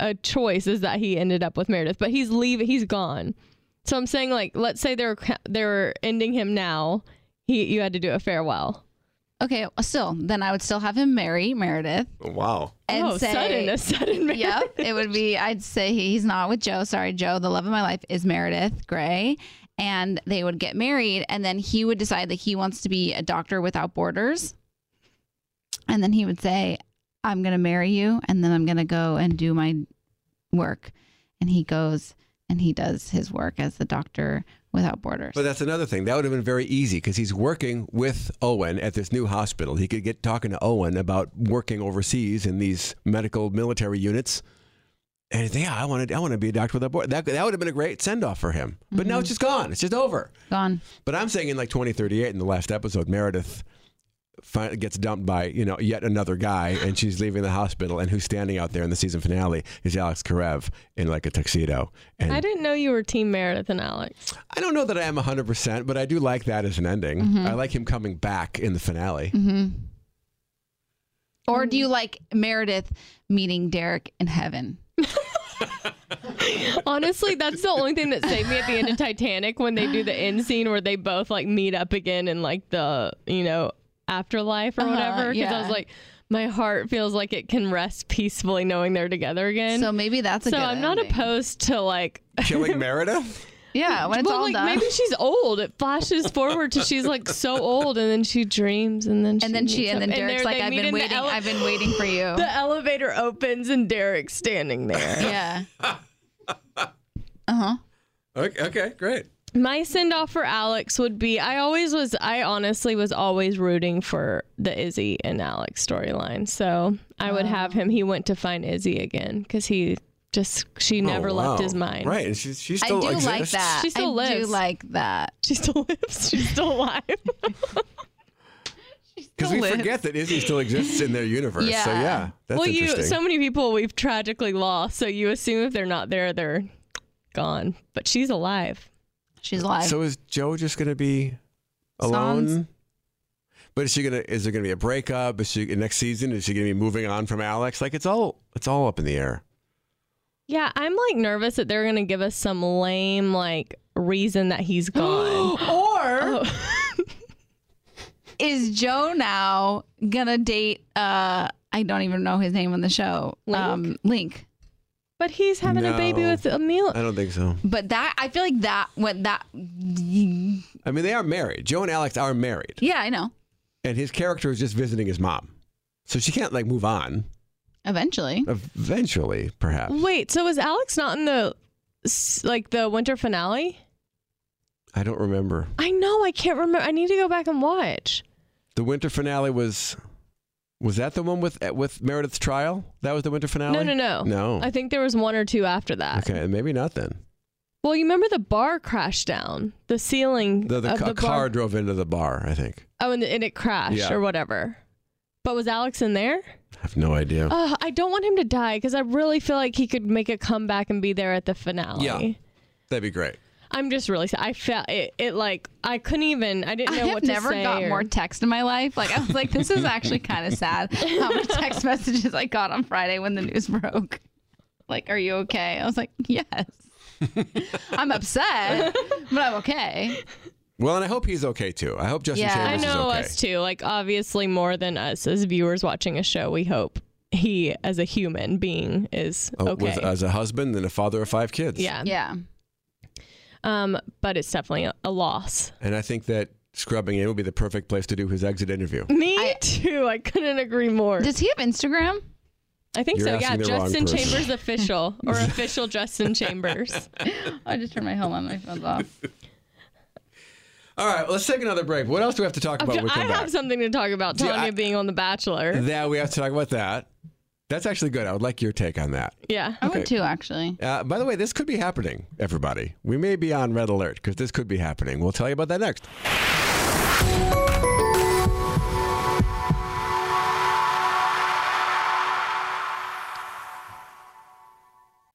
D: a choice is that he ended up with Meredith, but he's leaving, he's gone. So I'm saying like let's say they're ca- they're ending him now. He you had to do a farewell.
B: Okay, still then I would still have him marry Meredith
D: <laughs>
E: Wow.
B: and
D: oh,
B: say
D: sudden a sudden marriage. <laughs>
B: Yep, it would be I'd say he's not with Joe. Sorry, Joe, the love of my life is Meredith Gray and they would get married and then he would decide that he wants to be a doctor without borders. And then he would say, I'm going to marry you and then I'm going to go and do my work. And he goes and he does his work as the doctor without borders.
E: But that's another thing. That would have been very easy because he's working with Owen at this new hospital. He could get talking to Owen about working overseas in these medical military units. And he'd say, yeah, I want to, I want to be a doctor without borders. That, that would have been a great send off for him. But now it's just gone. It's just over.
B: Gone.
E: But I'm saying in like 2038, in the last episode, Meredith finally gets dumped by you know yet another guy, and she's leaving the hospital. And who's standing out there in the season finale is Alex Karev in like a tuxedo. And
D: I didn't know you were Team Meredith and Alex.
E: I don't know that I am 100%, but I do like that as an ending.
D: Mm-hmm.
E: I like him coming back in the finale.
B: Mm-hmm. Or do you like Meredith meeting Derek in heaven?
D: Honestly, that's the only thing that saved me at the end of Titanic when they do the end scene where they both like meet up again in like the you know afterlife or
B: Uh-huh,
D: whatever. Because I
B: yeah.
D: was like, my heart feels like it can rest peacefully knowing they're together again.
B: So maybe that's a
D: so
B: good
D: I'm not
B: ending.
D: opposed to like <laughs>
E: Killing Meredith?
B: Yeah, when it's
D: well,
B: all
D: like
B: done.
D: maybe she's old. It flashes forward to she's like so old, and then she dreams, and then she
B: and then she
D: meets
B: and
D: up,
B: then Derek's
D: there
B: like,
D: they
B: I've
D: meet
B: been
D: in the
B: waiting.
D: ele-
B: I've been waiting for you.
D: <laughs> The elevator opens, and Derek's standing there.
B: yeah. Uh-huh. Uh huh.
E: Okay, okay great.
D: My send off for Alex would be I always was I honestly was always rooting for the Izzy and Alex storyline. So I would
B: Oh.
D: have him he went to find Izzy again cuz he just she never
E: Oh,
D: left
E: wow.
D: his mind.
E: Right. And she, she
B: I
E: still
B: do like
E: exists.
B: that.
D: She still
B: I do
D: lives.
B: like that.
D: <laughs> She still lives. She's still alive.
E: Because we
B: Still lives.
E: forget that Izzy still exists in their universe. So,
B: Yeah.
E: yeah, that's
D: well, you
E: interesting.
D: so many people we've tragically lost, so you assume if they're not there they're gone. But she's alive.
B: She's alive.
E: So is Joe just going to be alone?
B: Sans.
E: But is she gonna? Is there gonna be a breakup? Is she next season? Is she gonna be moving on from Alex? Like it's all it's all up in the air.
D: Yeah, I'm like nervous that they're going to give us some lame like reason
E: <gasps>
D: that he's gone. Er?
B: or Oh. <laughs> is Joe now gonna date? uh I don't even know his name on the show. um,
D: Link?
B: Link.
D: But he's having a baby
E: No.
D: with Amelia.
E: I don't think so.
B: But that I feel like that what that yeah
E: I mean, they are married. Joe and Alex are married,
B: I know
E: and his character is just visiting his mom, so she can't like move on.
B: eventually
D: Mm-hmm.
E: Eventually, perhaps.
D: Wait, so was Alex not in the s- like the winter finale?
E: I don't remember.
D: I know, I can't remember. I need to go back and watch.
E: The winter finale was was that the one with with Meredith's trial? That was the winter finale.
D: No, no, no.
E: no.
D: I think there was one or two after that.
E: okay, maybe not then.
D: Well, you remember the bar crashed down, the ceiling
E: The, the,
D: of
E: ca-
D: the
E: car
D: bar.
E: drove into the bar. I think.
D: Oh, and, and it crashed
E: Yeah.
D: or whatever. But was Alex in there?
E: I have no idea.
D: Uh, I don't want him to die because I really feel like he could make a comeback and be there at the finale.
E: Yeah. That'd be great.
D: I'm just really sad. I felt it, it like I couldn't even. I didn't
B: I
D: know
B: have
D: what to
B: never
D: say.
B: got
D: or-
B: more text in my life. Like I was like, this is actually kind of
D: <laughs>
B: sad. How many text messages I got on Friday when the news <laughs> broke? Like, are you okay? I was like, yes. <laughs> I'm upset, but I'm okay.
E: Well, and I hope he's okay too. I hope Justin
B: Yeah.
D: I
E: Chambers
D: know
E: is okay.
D: us too. Like obviously more than us as viewers watching a show. We hope he, as a human being, is
E: Oh,
D: okay.
E: with, as a husband and a father of five kids.
D: yeah.
B: Yeah.
D: Um, but it's definitely a, a loss.
E: And I think that scrubbing in would be the perfect place to do his exit interview.
D: Me too. I couldn't agree more.
B: Does he have Instagram?
D: I think
E: You're
D: so. Yeah,
E: asking the wrong
D: Justin
E: person.
D: Chambers official or
E: <laughs>
D: official Justin Chambers.
B: I just turned my home on. My phone's off.
E: All right, well, let's take another break. What else do we have to talk about when we
D: I
E: come
D: have
E: back?
D: something to talk about.
E: Do
D: Tanya
E: I-
D: being on The Bachelor.
E: Yeah, we have to talk about that. That's actually good. I would like your take on that.
D: Yeah.
B: I would too, actually.
E: Uh, by the way, this could be happening, everybody. We may be on red alert because this could be happening. We'll tell you about that next.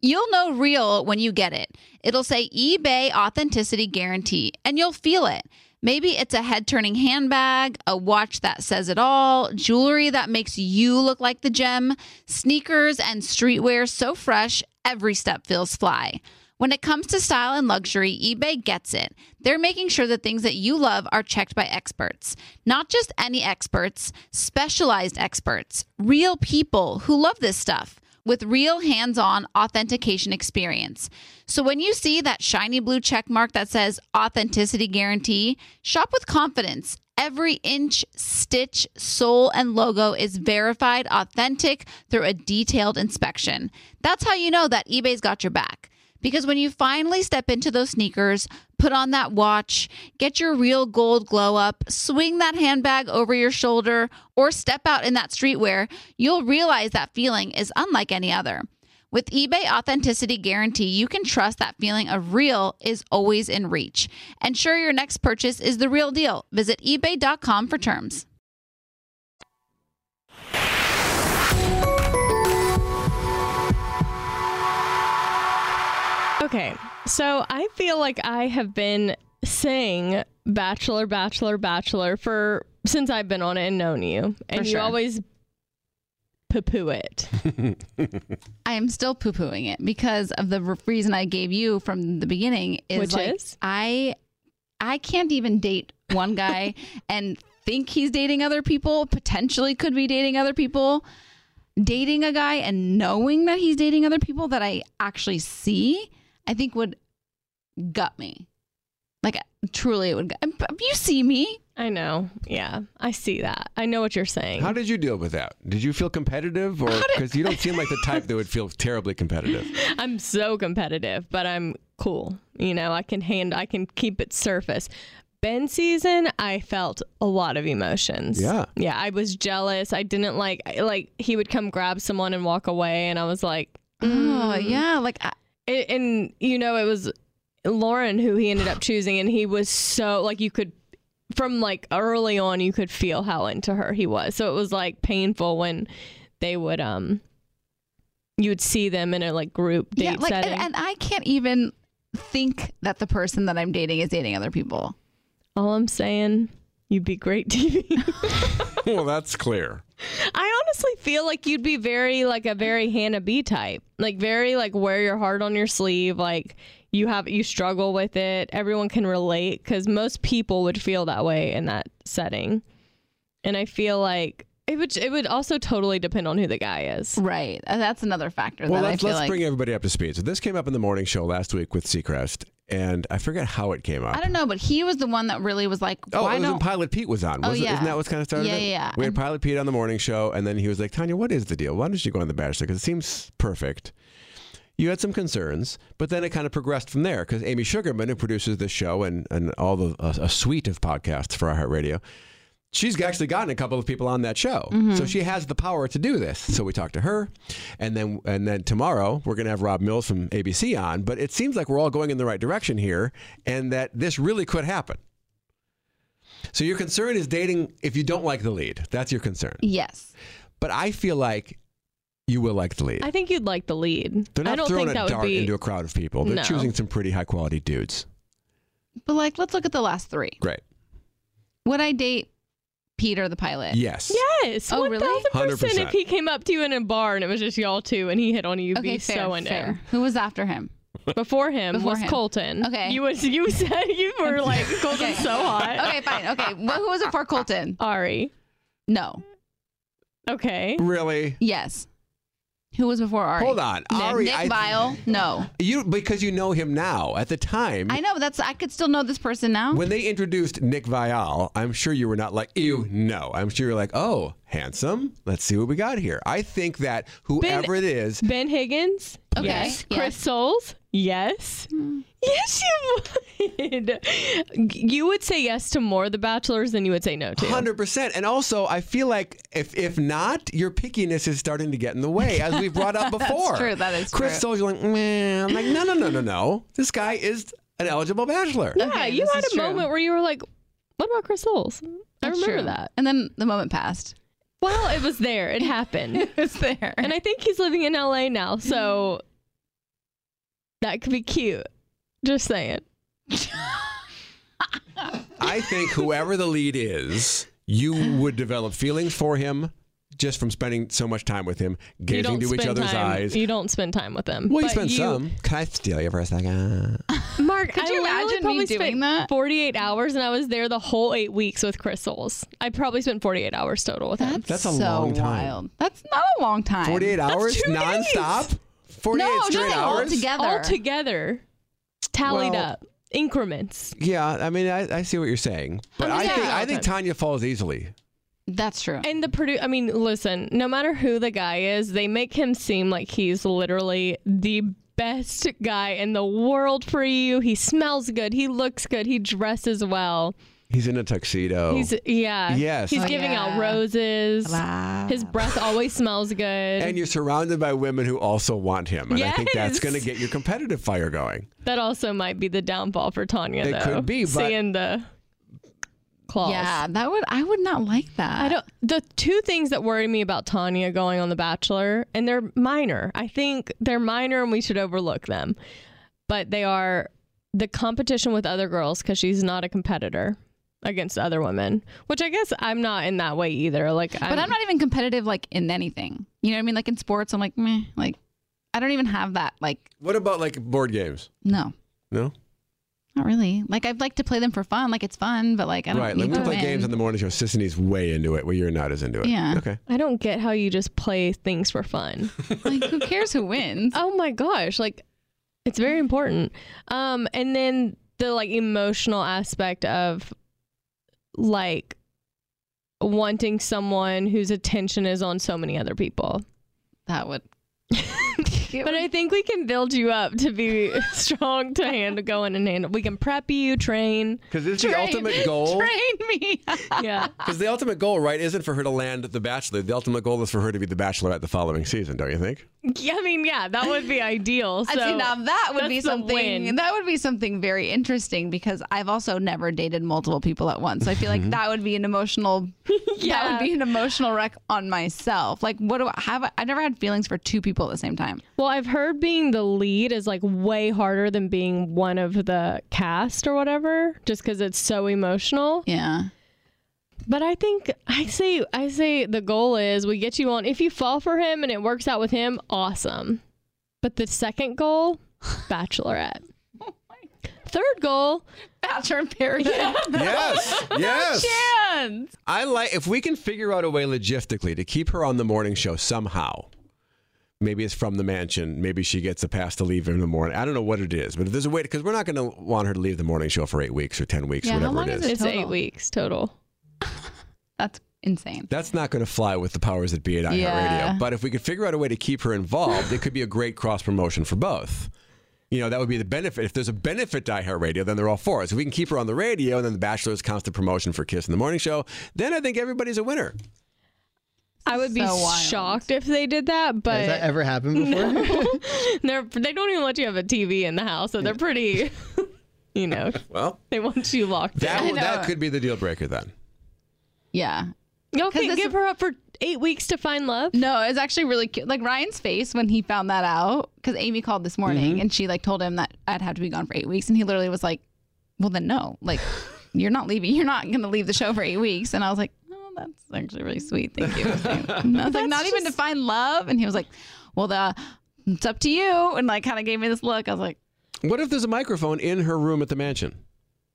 B: You'll know real when you get it. It'll say eBay Authenticity Guarantee, and you'll feel it. Maybe it's a head turning handbag, a watch that says it all, jewelry that makes you look like the gem, sneakers and streetwear so fresh, every step feels fly. When it comes to style and luxury, eBay gets it. They're making sure the things that you love are checked by experts. Not just any experts, specialized experts, real people who love this stuff with real hands-on authentication experience. So when you see that shiny blue check mark that says authenticity guarantee, shop with confidence. Every inch, stitch, sole, and logo is verified authentic through a detailed inspection. That's how you know that eBay's got your back. Because when you finally step into those sneakers, put on that watch, get your real gold glow up, swing that handbag over your shoulder, or step out in that streetwear, you'll realize that feeling is unlike any other. With eBay Authenticity Guarantee, you can trust that feeling of real is always in reach. Ensure your next purchase is the real deal. Visit eBay.com for terms.
D: Okay, so I feel like I have been saying bachelor, bachelor, bachelor for since I've been on it and known you, and
B: For
D: you
B: sure.
D: always poo poo it.
B: I am still poo pooing it because of the re- reason I gave you from the beginning is
D: Which
B: like
D: is?
B: I I can't even date one
D: <laughs>
B: guy and think he's dating other people, potentially could be dating other people. Dating a guy and knowing that he's dating other people that I actually see, I think would gut me. Like truly it would gut. but You see me?
D: I know. Yeah, I see that. I know what you're saying.
E: How did you deal with that? Did you feel competitive, or because you don't seem like the type that would feel terribly competitive?
B: <laughs>
E: <laughs>
D: <laughs> I'm so competitive, but I'm cool. You know, I can hand, I can keep it surface. Ben season, I felt a lot of emotions.
E: Yeah.
D: Yeah, I was jealous. I didn't like I- like he would come grab someone and walk away and I was like, mm.
B: Oh, yeah, like
D: and, and you know it was Lauren who
B: <gasps>
D: he ended up choosing and he was so like you could from like early on you could feel how into her he was. So it was like painful when they would um you would see them in a like group date
B: yeah, like, and,
D: setting.
B: and I can't even think that the person that I'm dating is dating other people.
D: All I'm saying, you'd be great <laughs> TV.
E: well, that's clear.
D: I honestly feel like you'd be very like a very Hannah B type. Like very like wear your heart on your sleeve, like you have you struggle with it. Everyone can relate cuz most people would feel that way in that setting. And I feel like it would it would also totally depend on who the guy is.
B: Right. And that's another factor
E: Well,
B: that
E: let's,
B: I feel
E: let's
B: like.
E: bring everybody up to speed. So this came up in the morning show last week with Seacrest, and I forget how it came up.
B: I don't know, but he was the one that really was like,
E: Oh,
B: why
E: it was when
B: don't
E: Pilot Pete was on.
B: Oh,
E: Wasn't-
B: yeah.
E: Isn't that what's kind of started
B: Yeah,
E: it?
B: yeah, yeah.
E: We had Pilot Pete on the morning show, and then he was like, Tanya, what is the deal? Why don't you go on The Bachelor? Because it seems perfect. You had some concerns, but then it kind of progressed from there because Amy Sugarman, who produces this show and, and all the uh, a suite of podcasts for iHeartRadio, she's actually gotten a couple of people on that show. So she has the power to do this. So we talked to her, and then and then tomorrow we're going to have Rob Mills from ABC on. But it seems like we're all going in the right direction here, and that this really could happen. So your concern is dating if you don't like the lead. That's your concern.
B: Yes.
E: But I feel like you will like the lead.
D: I think you'd like the lead.
E: They're
D: I
E: not
D: don't
E: throwing
D: think
E: a
D: that would
E: dart
D: be
E: into a crowd of people. They're
D: No.
E: choosing some pretty high quality dudes.
B: But like, let's look at the last three.
E: Great.
B: Would I date Peter the pilot?
E: Yes.
D: Yes.
B: Oh, really?
D: 1000% if
E: 100%.
D: he came up to you in a bar and it was just y'all two and he hit on you, you'd
B: Okay,
D: be
B: fair,
D: so into
B: fair. <laughs>
D: him.
B: Who was after him?
D: Before him
B: Before
D: was
B: him.
D: Colton.
B: Okay.
D: You was you said <laughs> you were like Colton's so hot.
B: <laughs> Okay, fine. Okay. Well, who was it for Colton?
D: Ari.
B: No.
D: Okay.
E: Really?
B: Yes. Who was before Ari?
E: Hold on.
B: Nick,
E: Ari,
B: Nick
E: I-
B: Vile? No.
E: You because you know him now. At the time
B: I know, but that's I could still know this person now.
E: when they introduced Nick Vial, I'm sure you were not like, ew, no. I'm sure you're like, oh, handsome. Let's see what we got here. I think that whoever it is,
D: Ben Higgins.
B: Okay. Hmm.
D: Yes.
B: Yes.
D: Chris Souls. Yes. Yes, you would. You would <laughs> say yes to more of the bachelors than you would say no to.
E: Hundred percent, and also I feel like if if not, your pickiness is starting to get in the way, as we brought
D: <laughs>
E: up before.
B: true, that is
E: Chris
B: true.
E: Souls, you're like, man, I'm like, no, no, no, no, no. This guy is an eligible bachelor.
D: Yeah,
B: Okay,
D: you
B: this
D: had
B: is
D: a
B: true.
D: moment where you were like, "What about Chris Souls?" I
B: That's
D: remember
B: true.
D: that.
B: And then the moment passed.
D: Well, it was
B: <laughs>
D: there. It happened,
B: It's there. Mm-hmm.
D: and I think he's living in L.A. now, so that could be cute. Just saying.
E: I think whoever the lead is, you would develop feelings for him just from spending so much time with him,
D: you
E: gazing
D: don't
E: to each
D: spend
E: other's
D: time,
E: eyes.
D: You don't spend time with them.
E: well, you
D: But
E: spend some. Can I steal you for a
D: <laughs>
E: second?
D: Mark,
B: Could
D: I
B: you
D: literally
B: imagine me
D: probably
B: doing
D: spent
B: that?
D: 48 hours and I was there the whole eight weeks with Chris Souls. I probably spent 48 hours total with him.
B: That's,
E: That's
B: so
E: a long time.
B: wild. That's not a long time.
E: Forty-eight hours
D: two days.
E: nonstop. Forty-eight
B: No,
E: straight
B: just all
E: hours.
B: together.
D: All together, tallied
E: Well-
D: up, increments.
E: Yeah, I mean, I, I see what you're saying, but
D: many
E: I
D: hours
E: think
D: all
E: I
D: the
E: think
D: time?
E: Tanya falls easily.
B: That's true.
D: And the produ I mean, listen, no matter who the guy is, they make him seem like he's literally the best guy in the world for you. He smells good. He looks good. He dresses well.
E: He's in a tuxedo.
D: He's, yeah.
E: Oh. Yes.
D: He's
E: Oh,
D: giving
B: yeah.
D: out roses. His breath always smells good.
E: and you're surrounded by women who also want him. And I think that's
D: Yes.
E: going to get your competitive fire going.
D: That also might be the downfall for Tanya.
E: It
D: though,
E: could be, but-
D: seeing the claws.
B: yeah, that would I would not like that.
D: I don't. The two things that worry me about Tanya going on The Bachelor, and they're minor. I think they're minor, and we should overlook them. But they are the competition with other girls because she's not a competitor against other women, which I guess I'm not in that way either. Like,
B: But I'm not even competitive like in anything. You know what I mean? Like in sports, I'm like, meh, like I don't even have that. Like,
E: What about like board games?
B: no,
E: No,
B: not really. Like I'd like to play them for fun. Like it's fun, but like I don't
E: right? Like
B: need
E: we
B: to
E: play
B: win.
E: games on the morning show. Sissy's way into it, where you're not as into it.
B: Yeah.
E: Okay.
D: I don't get how you just play things for fun.
B: <laughs> like who cares who wins?
D: Oh my gosh, like it's very important. Um and then the like emotional aspect of like <laughs> wanting someone whose attention is on so many other people.
B: That would
D: But I think we can build you up to
B: <laughs>
D: be strong to handle going and handle. We can prep you, train.
E: Because it's the ultimate goal.
B: <laughs> Train me.
D: yeah.
E: Because the ultimate goal, right, isn't for her to land The Bachelor. The ultimate goal is for her to be The Bachelorette the following season, don't you think?
D: Yeah, I mean, yeah, that would be ideal. So
B: I see, now that would be
D: that's the
B: something
D: win.
B: that would be something very interesting because I've also never dated multiple people at once. So I feel
E: Mm-hmm.
B: like that would be an
D: <laughs>
B: emotional that
D: Yeah.
B: would be an emotional wreck on myself. Like what do I have I- I've never had feelings for two people at the same time.
D: Well, I've heard being the lead is like way harder than being one of the cast or whatever, just because it's so emotional.
B: Yeah.
D: But I think I say I say the goal is we get you on. If you fall for him and it works out with him, awesome. But the
B: <laughs>
D: second goal, bachelorette. Third goal,
B: Bachelor in paradise. <laughs>
E: Yes. yes.
B: Chance.
E: I like if we can figure out a way logistically to keep her on the morning show somehow. Maybe it's from the mansion. Maybe she gets a pass to leave in the morning. I don't know what it is, but if there's a way, because we're not going to want her to leave the morning show for eight weeks or ten weeks,
B: Yeah, how
E: whatever
B: long
E: it
B: is
E: is.
B: it?
D: it's
B: Total.
D: eight weeks total.
B: <laughs> That's insane.
E: That's not going to fly with the powers that be at iHeartRadio.
B: Yeah.
E: But if we could figure out a way to keep her involved, it could be a great cross promotion for both. You know, that would be the benefit. If there's a benefit to iHeartRadio, then they're all for it. So if we can keep her on the radio and then The Bachelor's constant promotion for Kiss in the Morning Show, then I think everybody's a winner.
D: I would be
B: So wild.
D: shocked if they did that, but
J: Has that ever happened before? <laughs>
D: they're they don't even let you have a TV in the house, so they're pretty. you know,
E: Well,
D: they want you locked
E: that,
D: in.
E: will- that could be the deal breaker then.
B: <laughs> Yeah.
D: <laughs> Y'all
B: 'Cause
D: can
B: it's-
D: give her up for eight weeks to find love.
B: No, it's actually really cute. Like Ryan's face when he found that out, because Amy called this morning and she like told him that I'd have to be gone for eight weeks, and he literally was like, "Well, then no, like you're not leaving. You're not going to leave the show for eight weeks." And I was like, "Oh, that's actually really sweet.
K: <laughs>
B: Thank you." <laughs> for saying that." And I was like, "Not even to find love," and he was like, "Well, the it's up to you," and like kind of gave me this look. I was like,
E: What if there's a microphone in her room at the mansion?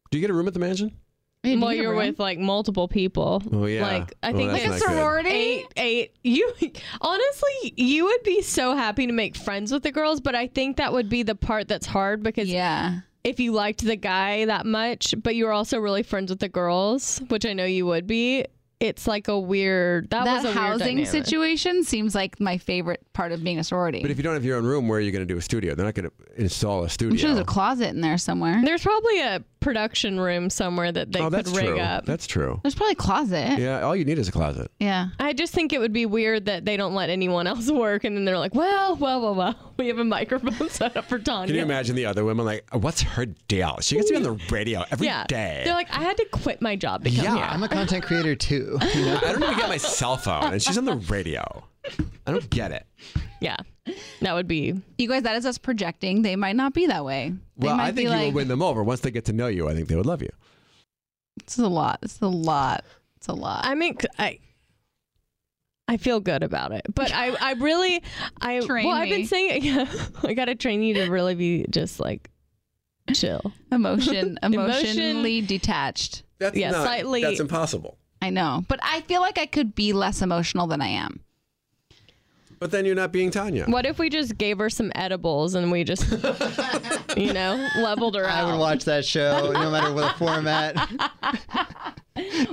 E: Do you get a room at the mansion?
B: "Hey, do
D: Well,
B: you
D: you're
B: room?"
D: with like multiple people.
E: Oh, yeah.
D: Like I
E: Oh,
D: think
E: that's
D: like
E: not
B: like a
E: good.
B: sorority.
D: eight, eight. You honestly, you would be so happy to make friends with the girls, but I think that would be the part that's hard because
B: Yeah,
D: if you liked the guy that much, but you were also really friends with the girls, which I know you would be. It's like a weird that,
B: that,
D: was a
B: housing
D: weird dynamic.
B: situation seems like my favorite part of being a sorority.
E: But if you don't have your own room, where are you going to do a studio? They're not going to install a
B: I'm sure
E: studio.
B: there's a closet in there somewhere.
D: There's probably a production room somewhere that they
E: oh,
D: could
E: that's
D: rig
E: true.
D: up.
E: That's true.
B: There's probably a closet.
E: Yeah, all you need is a closet.
B: yeah.
D: I just think it would be weird that they don't let anyone else work, and then they're like, "Well, well, well, well, <laughs> we have a microphone set up for Tanya."
E: Can you imagine the other women like, what's her deal? She gets to be on the radio every
D: yeah,
E: day. <laughs>
D: they're like, "I had to quit my job to come
E: yeah.
D: here."
J: I'm a content creator
B: <laughs>
J: too. you know?
E: I don't even get my cell phone, and she's on the radio. I don't get it.
D: Yeah, that would be.
B: You guys, that is us projecting. They might not be that way. They
E: well,
B: might
E: I think
B: be
E: you
B: like,
E: will win them over once they get to know you. I think they would love you.
B: It's a lot. It's a lot. It's a lot.
D: I mean, I. I feel good about it, but I, I really, I
B: Train
D: well, I've
B: me.
D: been saying <laughs> it. Yeah, I gotta train you to really be just like chill.
B: Emotion,
D: <laughs> Emotion.
B: emotionally detached.
E: That's
D: Yeah, not- slightly- that's
E: impossible.
B: I know, but I feel like I could be less emotional than I am.
E: But then you're not being Tanya.
D: What if we just gave her some edibles and
B: <laughs>
D: we just, you know, leveled her
J: I
D: out?
J: would watch that show no matter what
D: <laughs>
J: format.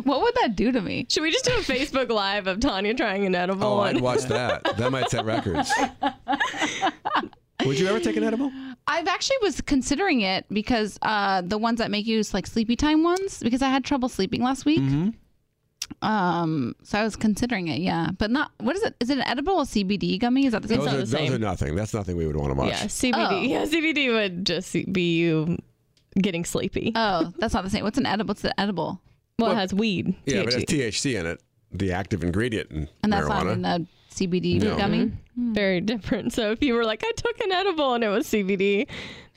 B: What would that do to me?
D: Should we just do a Facebook Live of Tanya trying an edible?
E: Oh, I'd
D: and-
E: watch
D: <laughs>
E: that. That might set records. Would you ever take an
D: <laughs>
E: edible?
B: <laughs> I've actually was considering it because uh, the ones that make you like sleepy time ones because I had trouble sleeping last week.
E: Mm-hmm.
D: Mm-hmm.
B: Um, so I was considering it, yeah, but not. What is it? Is it an edible or CBD gummy? Is that the same?
E: those
D: not
E: are
D: the
E: those
D: same.
E: are nothing. That's nothing we would want to watch.
D: yeah, CBD.
B: Oh.
D: Yeah, CBD would just be you getting sleepy.
B: Oh, that's not the same. What's an edible? What's an edible?
D: well, it has weed.
E: Yeah, but
D: THC.
E: it has THC in it, the active ingredient in
B: And that's
E: marijuana.
B: not in a CBD
E: No.
B: gummy.
D: Mm-hmm.
B: Hmm.
D: very different. So if you were like, I took an edible and it was CBD,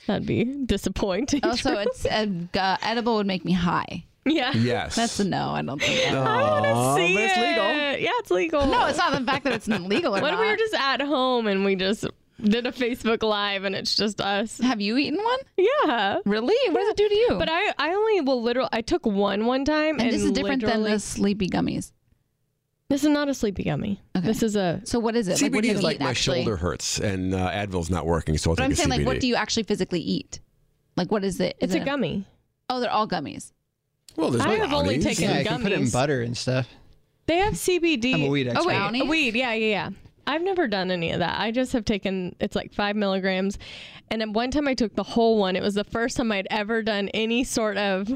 D: that'd be disappointing.
B: <laughs>
D: <laughs>
B: Also, it's uh, uh, edible would make me high.
D: yeah.
E: yes.
B: That's a no. I don't think. No,
D: I want to see
E: but it's legal.
D: it. Yeah, it's legal.
B: no it's not the fact that it's
D: <laughs>
B: illegal or
D: What
B: not.
D: if we were just at home and we just did a Facebook Live and it's just us?
B: Have you eaten one?
D: Yeah.
B: Really? What does it do to you?
D: But I, I only will literally, I took one one time. And,
B: and this is different than
D: literally-
B: the sleepy gummies.
D: This is not a sleepy gummy. This is a
B: So what is it?
E: CBD
B: what do you
E: is like
B: eat,
E: my
B: actually?
E: shoulder hurts and uh, Advil's not working, so I'll
B: But
E: take
B: I'm
E: a
B: saying,
E: CBD.
B: like, what do you actually physically eat? Like, what is it? Is
D: It's a
B: it-
D: gummy.
B: Oh, they're all gummies.
E: Well, there's
D: I
E: no
D: have only
E: brownies.
D: taken-
J: yeah, I can put it in
D: Gummies.
J: butter and stuff.
D: They have CBD.
J: I'm a weed
B: Oh,
J: expert.
B: wait. Brownies?
D: Weed, yeah, yeah, yeah. I've never done any of that. I just have taken it's like five milligrams, and then one time I took the whole one. It was the first time I'd ever done any sort of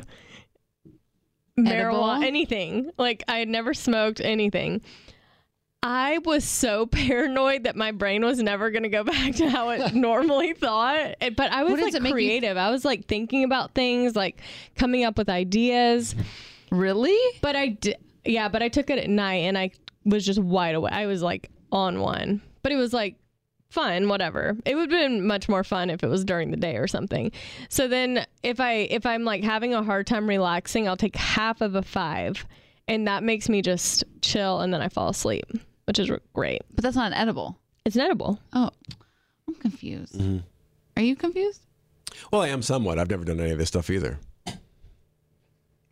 D: marijuana,
L: Edible?
D: anything. Like I had never smoked anything. I was so <laughs> paranoid that my brain was never going to go back to
B: <laughs>
D: how it normally thought. It- But I was
B: What does it
D: like
B: make you-
D: creative. I was like thinking about things, like coming up with ideas.
L: Really?
D: But I did. Yeah, but I took it at night and I was just wide awake. I was like on one. But it was like fun, whatever. It would have been much more fun if it was during the day or something. So then if I if I'm like having a hard time relaxing, I'll take half of a 5 and that makes me just chill and then I fall asleep, which is great.
B: But that's not an edible.
D: It's an edible.
B: Oh, I'm confused. Are you confused?
E: Mm-hmm. Well, I am somewhat. I've never done any of this stuff either.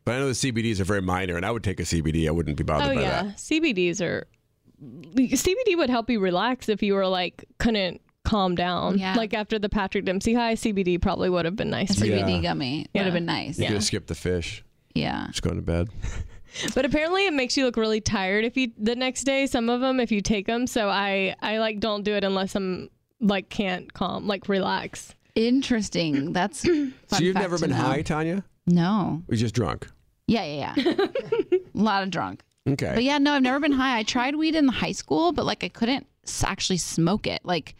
E: But I know the CBDs are very minor, and I would take a CBD. I wouldn't be bothered
D: oh
E: by
D: yeah.
E: that.
D: CBDs are CBD would help you relax if you were like couldn't calm down.
B: Yeah.
D: Like after the Patrick Dempsey high, CBD probably would have been nice.
E: A
D: for you.
E: CBD Yeah.
B: gummy would have been nice.
E: You could just skip the fish.
B: Yeah.
E: Just going to bed.
D: But apparently, it makes you look really tired if you the next day. Some of them, if you take them, so I I like don't do it unless I'm like can't calm like relax.
B: Interesting.
D: <coughs>
B: That's fun
E: so you've
B: fact
E: never
B: to
E: been
B: know.
E: high, Tanya?
B: No.
E: You're just drunk.
B: Yeah, yeah, yeah.
D: <laughs>
B: a lot of drunk.
E: Okay.
B: But yeah, no, I've never been high. I tried weed in high school, but like I couldn't s- actually smoke it. Like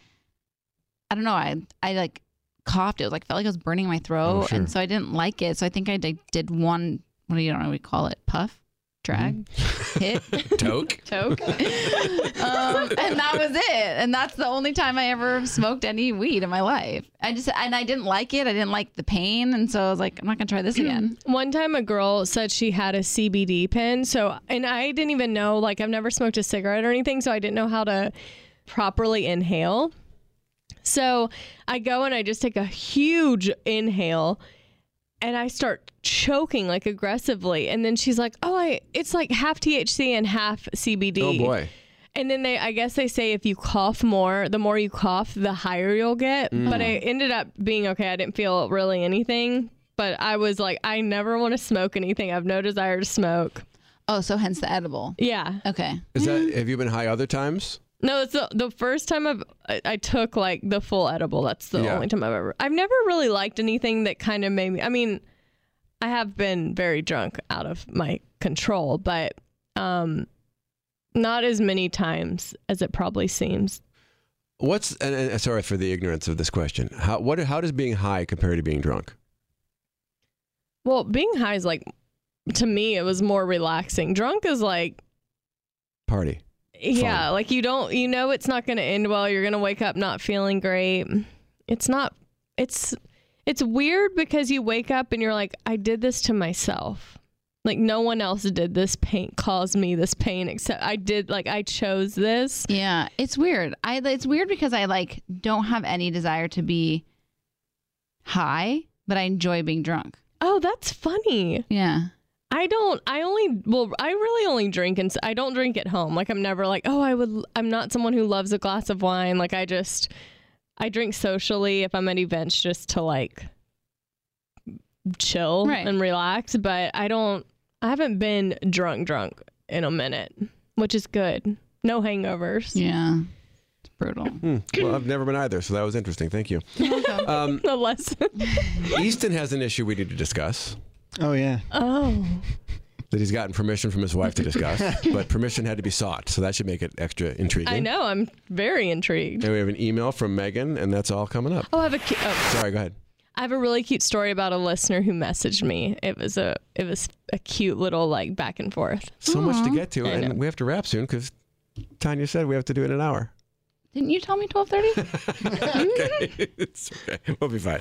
B: I don't know, I I like coughed. It was like felt like I was burning my throat,
E: Oh, sure.
B: and so I didn't like it. So I think I did, did one. What do you I don't know? What do you call it? Puff, drag,
E: Mm-hmm.
B: hit,
E: Toke.
B: <laughs>
D: <laughs>
B: toke, um,
D: Um,
B: and that was it. And that's the only time I ever smoked any weed in my life. I just and I didn't like it. I didn't like the pain, and so I was like, I'm not gonna try this
D: <clears throat>
B: again.
D: One time, a girl said she had a CBD pen. So, and I didn't even know, like, I've never smoked a cigarette or anything. So, I didn't know how to properly inhale. So, I go and I just take a huge inhale and I start choking, like, aggressively. And then she's like, oh, I, it's like half THC and half CBD.
E: Oh, boy.
D: And then they, I guess they say if you cough more, the more you cough, the higher you'll get.
E: Mm.
D: But I ended up being okay. I didn't feel really anything. But I was like, I never want to smoke anything. I have no desire to smoke.
B: Oh, so hence the edible.
D: Yeah.
B: Okay.
E: Is that?
B: mm-hmm.
E: Have you been high other times?
D: No, it's the, the first time I've, I, I took like the full edible. That's the
E: Yeah.
D: only time I've ever. I've never really liked anything that kind of made me. I mean, I have been very drunk out of my control, but um, not as many times as it probably seems.
E: What's? And, and sorry for the ignorance of this question. How? What? How does being high compare to being drunk?
D: Well, being high is like to me it was more relaxing. Drunk is like
E: Party.
D: yeah, like you don't you know it's not going to end well. You're going to wake up not feeling great. It's not it's it's weird because you wake up and you're like I did this to myself. Like no one else did this pain caused me this pain except I did like I chose this.
B: Yeah, it's weird. I it's weird because I like don't have any desire to be high, but I enjoy being drunk.
D: Oh, that's funny.
B: Yeah.
D: I don't. I only. Well, I really only drink, and I don't drink at home. Like I'm never like, oh, I would. I'm not someone who loves a glass of wine. Like I just, I drink socially if I'm at events just to like chill
B: Right.
D: and relax. But I don't. I haven't been drunk drunk in a minute, which is good. No hangovers. <laughs>
B: Yeah. It's brutal.
E: Hmm. Well, I've never been either, so that was interesting. Thank you. Um,
D: The lesson.
E: Easton has an issue we need to discuss
J: Oh yeah.
D: oh.
E: that he's gotten permission from his wife to discuss,
B: <laughs>
E: but permission had to be sought, so that should make it extra intriguing.
D: I know. I'm very intrigued.
E: And we have an email from Megan, and that's all coming up.
D: Oh, I have a. cu- Oh.
E: Sorry, go ahead.
D: I have a really cute story about a listener who messaged me. It was a it was a cute little like back and forth.
E: So much to get to,
D: I know.
E: and we have to wrap soon because Tanya said we have to do it in an
B: <laughs>
E: hour.
B: Didn't you tell me <laughs> 12:30?
E: okay. It's okay. We'll be fine.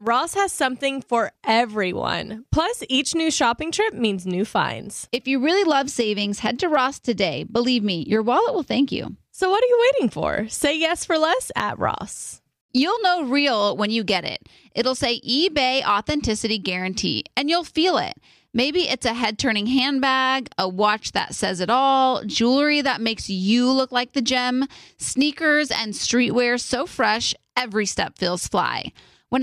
D: Ross has something for everyone. Plus, each new shopping trip means new finds.
B: If you really love savings, head to Ross today. Believe me, your wallet will thank you.
D: So, what are you waiting for? Say yes for less at Ross.
B: You'll know real when you get it. It'll say eBay Authenticity Guarantee, and you'll feel it. Maybe it's a head turning handbag, a watch that says it all, jewelry that makes you look like the gem, sneakers and streetwear so fresh, every step feels fly. When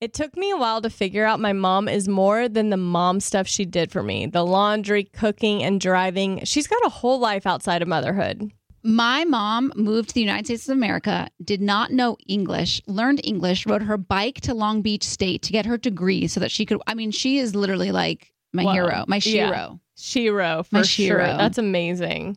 D: It took me a while to figure out my mom is more than the mom stuff she did for me the laundry, cooking, and driving. She's got a whole life outside of motherhood.
B: My mom moved to the United States of America, did not know English, learned English, rode her bike to Long Beach State to get her degree so that she could. I mean, she is literally like my
D: Wow.
B: hero, my
D: Yeah.
B: shiro.
D: Shiro, for
B: My
D: sure.
B: Shiro.
D: That's amazing.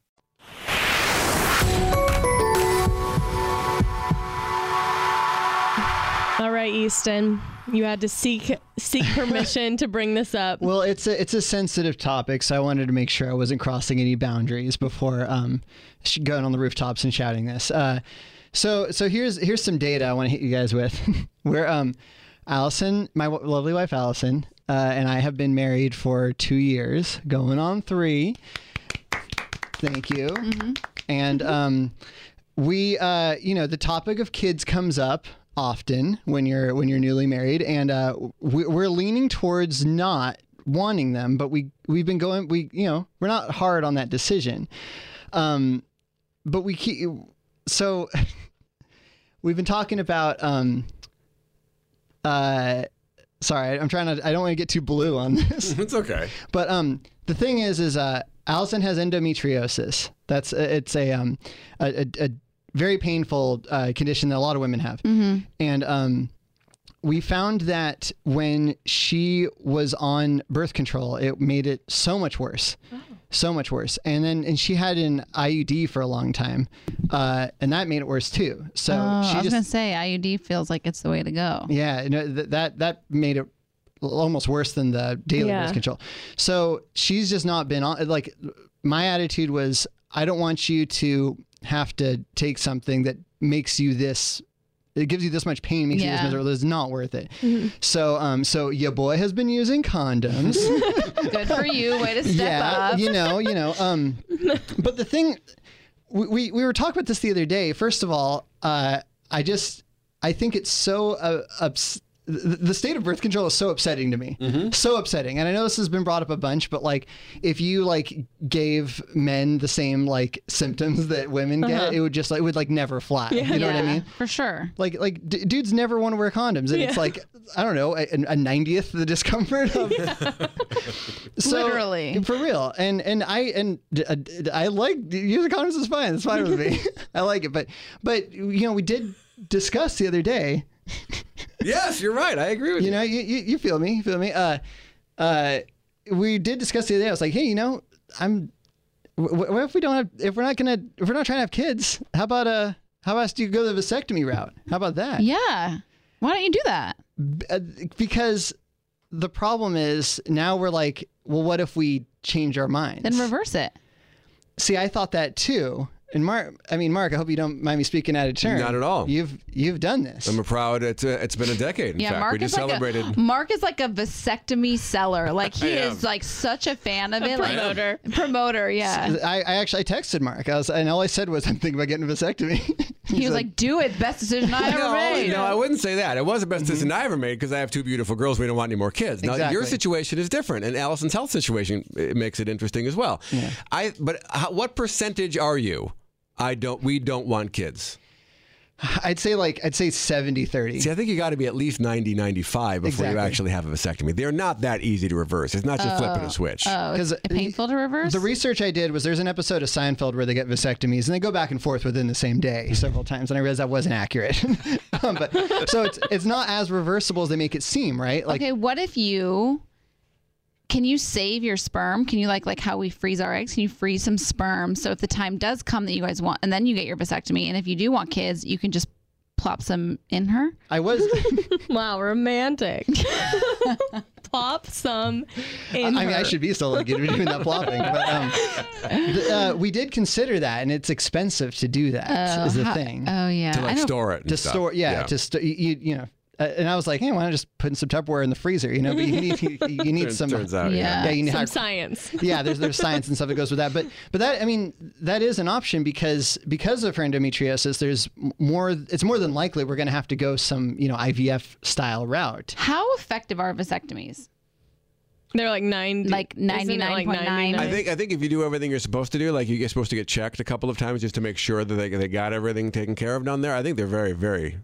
D: SCRUBBING. All right, Easton, you had to seek seek permission to bring this
J: <laughs>
D: up.
J: Well, it's a it's a sensitive topic, so I wanted to make sure I wasn't crossing any boundaries before um, sh- going on the rooftops and shouting this. Uh, so so here's here's some data I want to hit you guys with. <laughs> We're um, Allison, my w- lovely wife Allison, uh, and I have been married for two years, going on three. Thank you. and um, we, uh, you know, the topic of kids comes up often when you're when you're newly married, and uh, we, we're leaning towards not wanting them, but we we've been going, we you know, we're not hard on that decision, um, but we keep so. <laughs> we've been talking about um, uh, sorry, I'm trying to. I don't want to get too blue on this.
E: <laughs> it's okay.
J: But um, the thing is, is uh, Allison has endometriosis. That's it's a um, a, a, a very painful uh, condition that a lot of women have,
D: Mm-hmm.
M: <laughs>
B: Mhm.
J: and um. We found that when she was on birth control, it made it so much worse,
B: Oh.
J: so much worse. And then, and she had an IUD for a long time, uh, and that made it worse too. So
B: Oh,
J: she
B: I was
J: just
B: gonna say IUD feels like it's the way to go.
J: yeah, no, th- that that made it l- almost worse than the daily
B: Yeah.
J: birth control. So she's just not been on. Like my attitude was, I don't want you to have to take something that makes you this. It gives you this much pain, makes you this
B: Yeah.
J: miserable. It's not worth it. So, um, so your boy has been using condoms.
B: <laughs> Good for you. Way to step
J: yeah,
B: up.
J: you know, you know.
B: <laughs>
J: Um, but the thing, we, we we were talking about this the other day. First of all, uh, I just I think it's so uh, ups- the the state of birth control is so upsetting to me, so upsetting. And I know this has been brought up a bunch, but like if you like gave men the same like symptoms that women
B: Uh-huh.
J: get, it would just like it would like never fly. You know what I mean?
B: For sure.
J: Like like d- dudes never want to wear condoms, and it's
B: Yeah.
J: like I don't know a, a ninetieth the discomfort
B: <laughs>
J: of
B: Literally.
J: for real. And and I and d- uh, d- I like user condoms is fine. It's fine with me. I like it. But but you know we did discuss the other day.
E: yes, you're right. I agree with
J: you. You know you, you you feel me. You feel me. Uh, uh, we did discuss the other day. I was like, hey, you know, I'm. wh- wh- What if we don't have? If we're not gonna, if we're not trying to have kids, how about uh, how about do you go the vasectomy route? How about that?
B: Yeah. Why don't you do that?
J: B- uh, because the problem is now we're like, well, what if we change our minds?
B: Then reverse it.
J: See, I thought that too. And Mark, I mean, Mark, I hope you don't mind me speaking out of turn.
E: Not at all.
J: You've you've done this.
E: I'm proud. It's, uh, it's been a decade. In
B: yeah,
E: fact,
B: Mark
E: we just
B: is
E: celebrated.
B: like a, Mark is like a vasectomy seller. Like he
E: I
B: is
E: am.
B: like such a fan of
D: A
B: it.
D: promoter.
B: Like, promoter. Yeah.
J: I, I actually I texted Mark. I was, and all I said was, "I'm thinking about getting a vasectomy." <laughs>
B: He was like, "Do it, best decision <laughs> I ever
E: no,
B: made."
E: no, I wouldn't say that. It was the best decision I ever made because I have two beautiful girls. We don't want any more kids. Now your
J: Exactly.
E: situation is different, and Allison's health situation it makes it interesting as well. I but how, what percentage are you? I don't. We don't want kids.
J: I'd say like I'd say 70-30.
E: See, I think you got to be at least 90, 95 before you
J: Exactly.
E: actually have a vasectomy. They're not that easy to reverse. It's not just flipping a switch.
B: Oh, it's painful to reverse.
J: The research I did was there's an episode of Seinfeld where they get vasectomies and they go back and forth within the same day
B: <laughs>
J: several times, and I realized that wasn't accurate. <laughs> um, but so it's it's not as reversible as they make it seem, right? Like
B: okay, what if you can you save your sperm? Can you like like how we freeze our eggs? Can you freeze some sperm so if the time does come that you guys want, and then you get your vasectomy, and if you do want kids, you can just plop some in her.
J: I
B: <laughs>
J: was.
D: <laughs> wow, romantic. Pop some in
J: I mean, I
D: her.
J: should be still like doing that flopping, but um, th- uh, we did consider that, and it's expensive to do that.
B: Oh,
J: Is the
B: how-
J: thing
B: Oh yeah,
E: To like
B: I know.
E: store it. and
J: to
E: stuff.
J: store? Yeah, to store. You, you know, uh, and I was like, hey, why not just put in some Tupperware in the freezer? You know, but you need you, you need
E: <laughs> Turns-
J: some.
E: turns out,
B: Yeah.
J: yeah, you need
D: some
J: high,
D: science.
J: yeah. There's there's science and stuff that goes with that, but but that I mean that is an option because because of her endometriosis, there's m- more. It's more than likely we're going to have to go some you know IVF style route.
B: How effective are vasectomies?
D: They're like nine,
B: Like 99.9.
E: I think I think if you do everything you're supposed to do, like you're supposed to get checked a couple of times just to make sure that they, they got everything taken care of down there. I think they're very very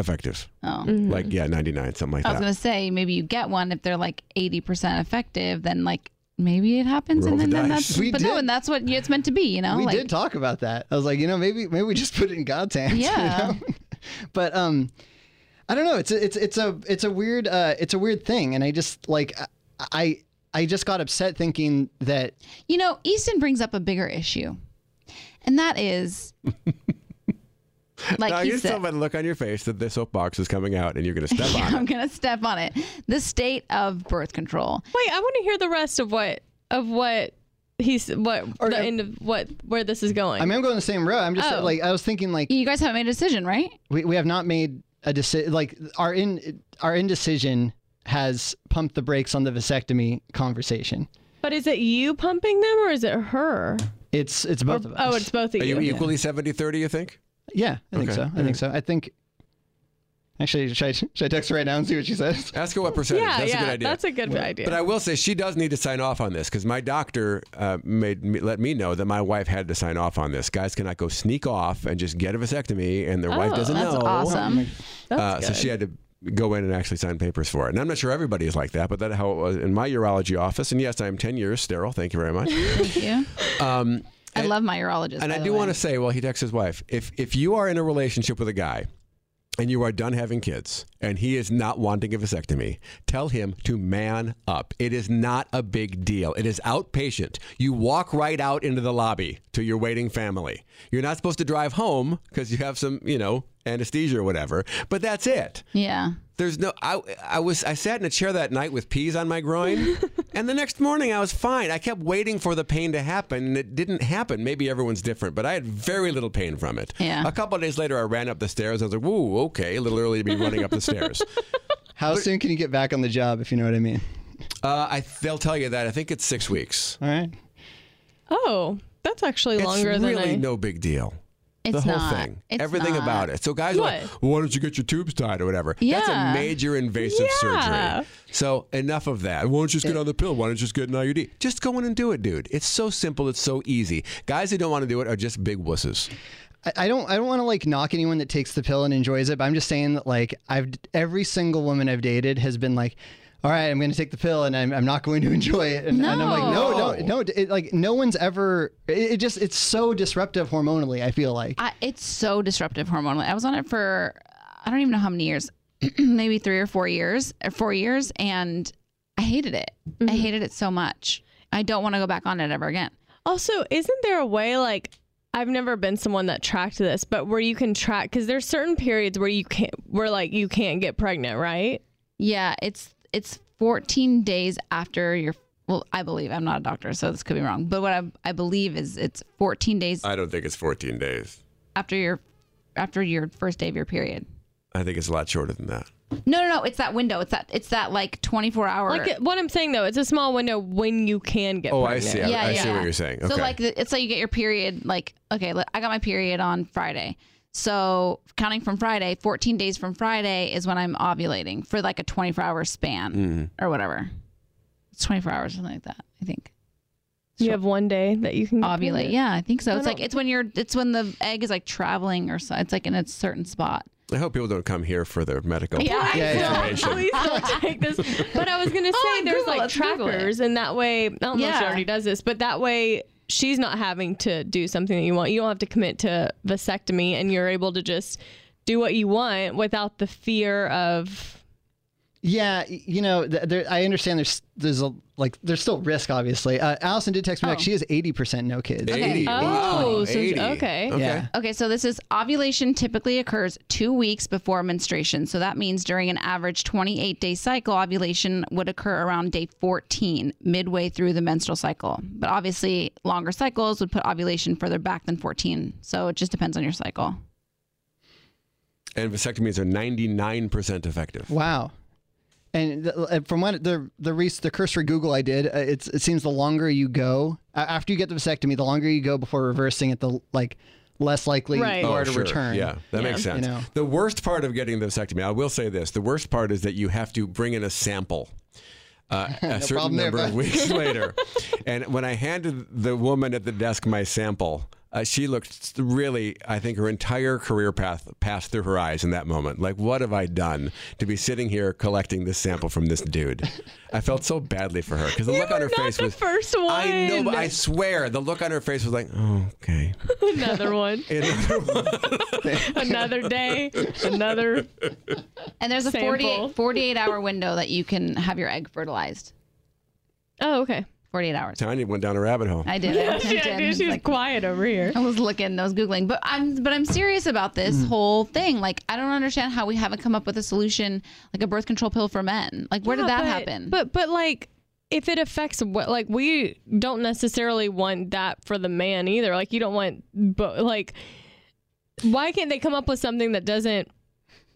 E: effective.
B: Oh.
E: Like yeah, 99 something like
B: I was
E: that.
B: gonna say maybe you get one if they're like eighty percent effective, then like maybe it happens,
E: Roll
B: and
E: the
B: then, then
E: dice.
B: that's
J: We
B: but no,
J: did-
B: and that's what it's meant to be, you know.
J: we
B: like,
J: did talk about that. I was like, you know, maybe maybe we just put it in God's hands. you
B: Yeah.
J: know? but um, I don't know. It's a, it's it's a it's a weird uh it's a weird thing, and I just like I- I I just got upset thinking that
B: You know, Easton brings up a bigger issue, and that is, like
E: now,
B: he
E: you
B: said,
E: still by the look on your face that this soapbox is coming out and you're going to step on
B: <laughs> I'm
E: it.
B: gonna step on it. The state of birth control.
D: <laughs> Wait, I want to hear the rest of what of what he's what
J: Or,
D: the
J: uh,
D: end of what where this is going.
J: I mean I'm going the same road. I'm just
D: Oh.
J: like I was thinking like
B: You guys haven't made a decision, right?
J: we we have not made a decision. Like our in our indecision has pumped the brakes on the vasectomy conversation.
D: but is it you pumping them or is it her?
J: It's it's both of us.
D: oh, it's both of
E: Are you,
D: you.
E: equally 70 30, you think?
J: Yeah, I
B: oh,
J: think
E: Okay.
J: so. I think so. I think. Actually, should I, should I text her right now and see what she says?
E: Ask her what percentage.
D: Yeah,
E: that's a
D: yeah,
E: good idea.
D: that's a good idea.
E: But I will say she does need to sign off on this because my doctor uh, made me, let me know that my wife had to sign off on this. Guys cannot go sneak off and just get a vasectomy, and their wife
B: Oh,
E: doesn't
B: that's
E: know.
B: awesome. That's
E: uh, so
B: good.
E: she had to go in and actually sign papers for it. And I'm not sure everybody is like that, but that's how it was in my urology office. And yes, I am 10 years sterile. Thank you very
B: <laughs>
E: much.
B: Thank you.
E: Um,
B: I love my urologist.
E: and
B: by
E: I
B: the
E: do
B: way.
E: want to say, well, he texts his wife, if if you are in a relationship with a guy and you are done having kids and he is not wanting a vasectomy, tell him to man up. It is not a big deal. It is outpatient. You walk right out into the lobby to your waiting family. You're not supposed to drive home because you have some, you know, anesthesia or whatever, but that's it.
B: Yeah.
E: There's no. I I was I sat in a chair that night with peas on my
D: <laughs>
E: groin, and the next morning I was fine. I kept waiting for the pain to happen, and it didn't happen. Maybe everyone's different, but I had very little pain from it.
B: Yeah.
E: A couple of days later, I ran up the stairs. I was like, "Woo, okay, a little early to be running up the
D: <laughs>
E: stairs."
J: How soon can you get back on the job if you know what I mean?
E: Uh, I they'll tell you that. I think it's six weeks.
J: All right.
D: Oh, that's actually longer
E: it's
D: than
E: really
D: I.
E: no big deal. the
B: It's
E: whole
B: not.
E: thing,
B: It's
E: everything
B: not.
E: about it. So guys, are like,
B: What?
E: "Well, why don't you get your tubes tied or whatever? That's
B: Yeah.
E: a major invasive
B: Yeah.
E: surgery. So enough of that. Why don't you just get on the pill? Why don't you just get an IUD? Just go in and do it, dude. It's so simple. It's so easy. Guys who don't want to do it are just big wusses.
J: I- I don't I don't want to like knock anyone that takes the pill and enjoys it, but I'm just saying that like I've every single woman I've dated has been like, all right, I'm going to take the pill and I'm, I'm not going to <laughs> enjoy it, and, and I'm like, no, no, no, it, like no one's ever. It, it just it's so disruptive hormonally. I feel like
B: I, it's so disruptive hormonally. I was on it for I don't even know how many years, <clears throat> maybe three or four years, or four years, and I hated it.
J: Mm-hmm.
B: I hated it so much. I don't want to go back on it ever again.
D: Also, isn't there a way like I've never been someone that tracked this, but where you can track because there's certain periods where you can't, where like you can't get pregnant, right?
B: Yeah, it's it's 14 days after your. Well, I believe I'm not a doctor, so this could be wrong. But what I, I believe is it's 14 days
E: I don't think it's 14 days.
B: after your after your first day of your period.
E: I think it's a lot shorter than that.
B: No, no, no. It's that window. It's that. It's that like 24 hour.
D: Like what I'm saying though, it's a small window when you can get.
E: Oh, I
D: pregnant.
E: see. I, I see what you're saying. Okay.
B: So like, the- it's like you get your period. Like, okay, look, I got my period on Friday. So counting from Friday, 14 days from Friday is when I'm ovulating for like a 24 hour span
D: Mhm.
E: Mm-hmm.
B: or whatever. It's 24 hours, something like that. I think
D: You have one day that you can get
B: ovulate.
D: pregnant?
B: Yeah, I think so.
D: I
B: It's like
D: don't-
B: it's when you're. It's when the egg is like traveling or so. It's like in a certain spot.
E: I hope people don't come here for their medical
B: Yeah,
D: I know.
E: information.
D: Please don't take this. <laughs> But I was gonna say
B: Oh,
D: there's
B: Google,
D: like
B: let's Google it.
D: trackers, and that way I don't know if she
B: Yeah.
D: already does this, but that way she's not having to do something that you want. You don't have to commit to vasectomy, and you're able to just do what you want without the fear of.
J: Yeah, y- you know, th- there, I understand. There's there's a like there's still risk, obviously. Uh, Allison did text me back. She is eighty percent no kids.
E: Okay. 80. Oh. Wow.
D: Oh, so
E: 80.
D: okay.
E: Okay.
J: Yeah.
B: Okay, so this is ovulation typically occurs two weeks before menstruation. So that means during an average 28 day cycle, ovulation would occur around day 14, midway through the menstrual cycle. But obviously, longer cycles would put ovulation further back than 14. So it just depends on your cycle.
E: And vasectomies are 99% effective.
J: Wow. And th- uh, from what the the re- the cursory Google I did, uh, it's it seems the longer you go uh, after you get the vasectomy, the longer you go before reversing it, the like less likely
D: Right.
J: you
E: Oh,
J: are to
E: sure.
J: return.
E: Yeah, that makes sense.
J: You know.
E: The worst part of getting the vasectomy, I will say this: the worst part is that you have to bring in a sample.
J: <laughs>
E: Uh, a certain
J: problem there,
E: number of
J: bud. <laughs>
E: weeks later. And when I handed the woman at the desk my sample, uh, she looked really, I think her entire career path passed through her eyes in that moment. Like, what have I done to be sitting here collecting this sample from this dude? I felt so badly for her because the look on her face
D: The
E: was.
D: first one. <laughs>
E: I know, but I swear, the look on her face was like, oh, okay.
D: another
E: <laughs>
D: one,
E: It-
D: <laughs> another day, <laughs>
E: <laughs>
D: another.
B: And there's a
D: Sample.
B: 48, 48 hour window that you can have your egg fertilized.
D: Oh, okay.
B: 48 hours.
E: Tanya went down a rabbit hole.
B: I did. I
D: She,
B: did.
D: she's
B: Like,
D: quiet over here.
B: I was looking, I was googling, but I'm but I'm serious about this
J: Mm.
B: whole thing. Like I don't understand how we haven't come up with a solution like a birth control pill for men. Like where did
D: Yeah,
B: that
D: but-
B: happen?
D: But but like if it affects what like we don't necessarily want that for the man either. Like you don't want but like why can't they come up with something that doesn't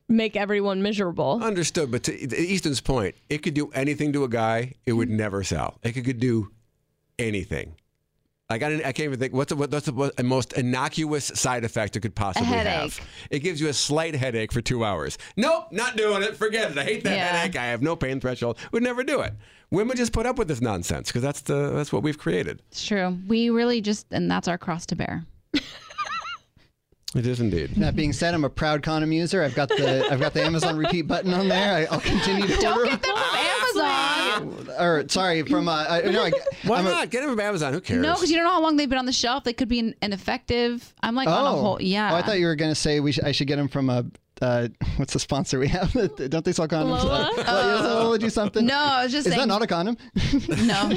D: make everyone miserable?
E: Understood, but to to Easton's point,
B: Mm-hmm.
E: it could do anything to a guy, it would never sell. It could, could do anything. Like I, didn't, I can't even think what's the, what, what's the what- most innocuous side effect it could possibly
B: headache.
E: have. It gives you a slight headache for two hours. Nope, not doing it. Forget it. I hate that
B: Yeah.
E: headache. I have no pain threshold. Would never do it. Women just put up with this nonsense because that's the that's what we've created.
B: It's true. We really just, and that's our cross to bear.
E: It is indeed.
J: That being said, I'm a proud condom user. I've got the I've got the Amazon repeat button on there. I, I'll continue to order. <laughs> Or sorry, from uh, I, no, I,
E: Why
J: I'm a-
E: not? Get them from Amazon. Who cares?
B: No, because you don't know how long they've been on the shelf. They could be in- ineffective. I'm like on a whole, yeah.
J: Oh, I thought you were gonna say we sh- I should get them from a. Uh, <laughs> what's the sponsor we have? <laughs> Don't they sell condoms? <laughs>
B: Lola? Oh.
J: Uh, Lola, Lola do something.
B: No, I was just
J: Is
B: saying-
J: that not a condom? <laughs>
B: no.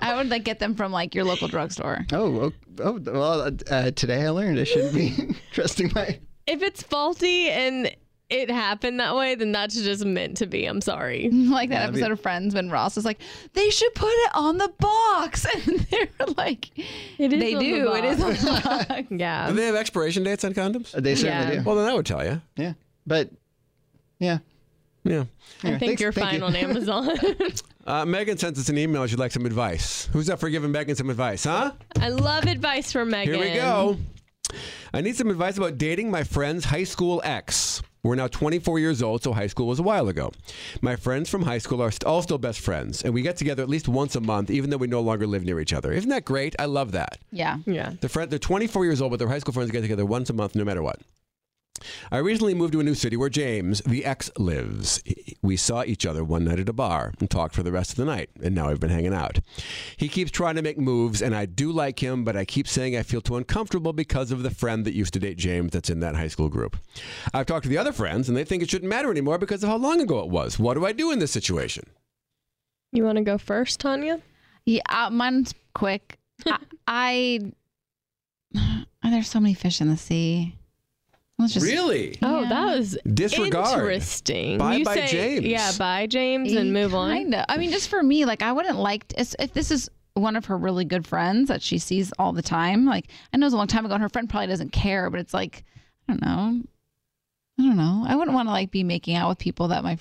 B: I would like get them from like your local drugstore.
J: Oh, oh, oh well. Uh, today I learned I shouldn't be <laughs> trusting my.
D: If it's faulty and it happened that way, then that's just meant to be. I'm sorry.
B: <laughs> Like that episode of Friends when Ross is like, they should put it on the box. <laughs> And they're like,
D: is
B: they
D: on the
B: do. it is on
D: box.
B: the box.
D: <laughs> yeah.
E: Do they have
B: Um,
E: expiration dates on condoms?
J: They certainly Yeah. do.
E: Well, then that would tell you.
J: Yeah, but yeah,
E: Yeah.
D: I think you're fine
E: <laughs>
D: on Amazon.
E: Uh, Megan sent us an email. She'd like some advice. Who's up for giving Megan some advice, huh?
D: I love advice from Megan.
E: Here we go. I need some advice about dating my friend's high school ex. We're now 24 years old, so high school was a while ago. My friends from high school are st- all still best friends, and we get together at least once a month, even though we no longer live near each other. Isn't that great? I love that.
B: Yeah.
D: Yeah.
E: They're, friend, they're 24 years old, but their high school friends get together once a month, no matter what. I recently moved to a new city where James, the ex, lives. We saw each other one night at a bar and talked for the rest of the night, and now I've been hanging out. He keeps trying to make moves, and I do like him, but I keep saying I feel too uncomfortable because of the friend that used to date James that's in that high school group. I've talked to the other friends, and they think it shouldn't matter anymore because of how long ago it was. What do I do in this situation?
D: You want to go first, Tanya?
B: Yeah, uh, mine's quick.
D: <laughs>
B: I, I oh, there's so many fish in the sea. Let's just
E: Really?
D: Oh, that was
E: Disregard.
D: interesting.
E: Bye
D: you
E: bye,
D: say,
E: James.
D: Yeah, bye James, and move on.
B: Kinda. I mean, just for me, like I wouldn't like to- if- if this is one of her really good friends that she sees all the time. Like I know it's a long time ago, and her friend probably doesn't care, but it's like I don't know. I don't know. I wouldn't want to like be making out with people that my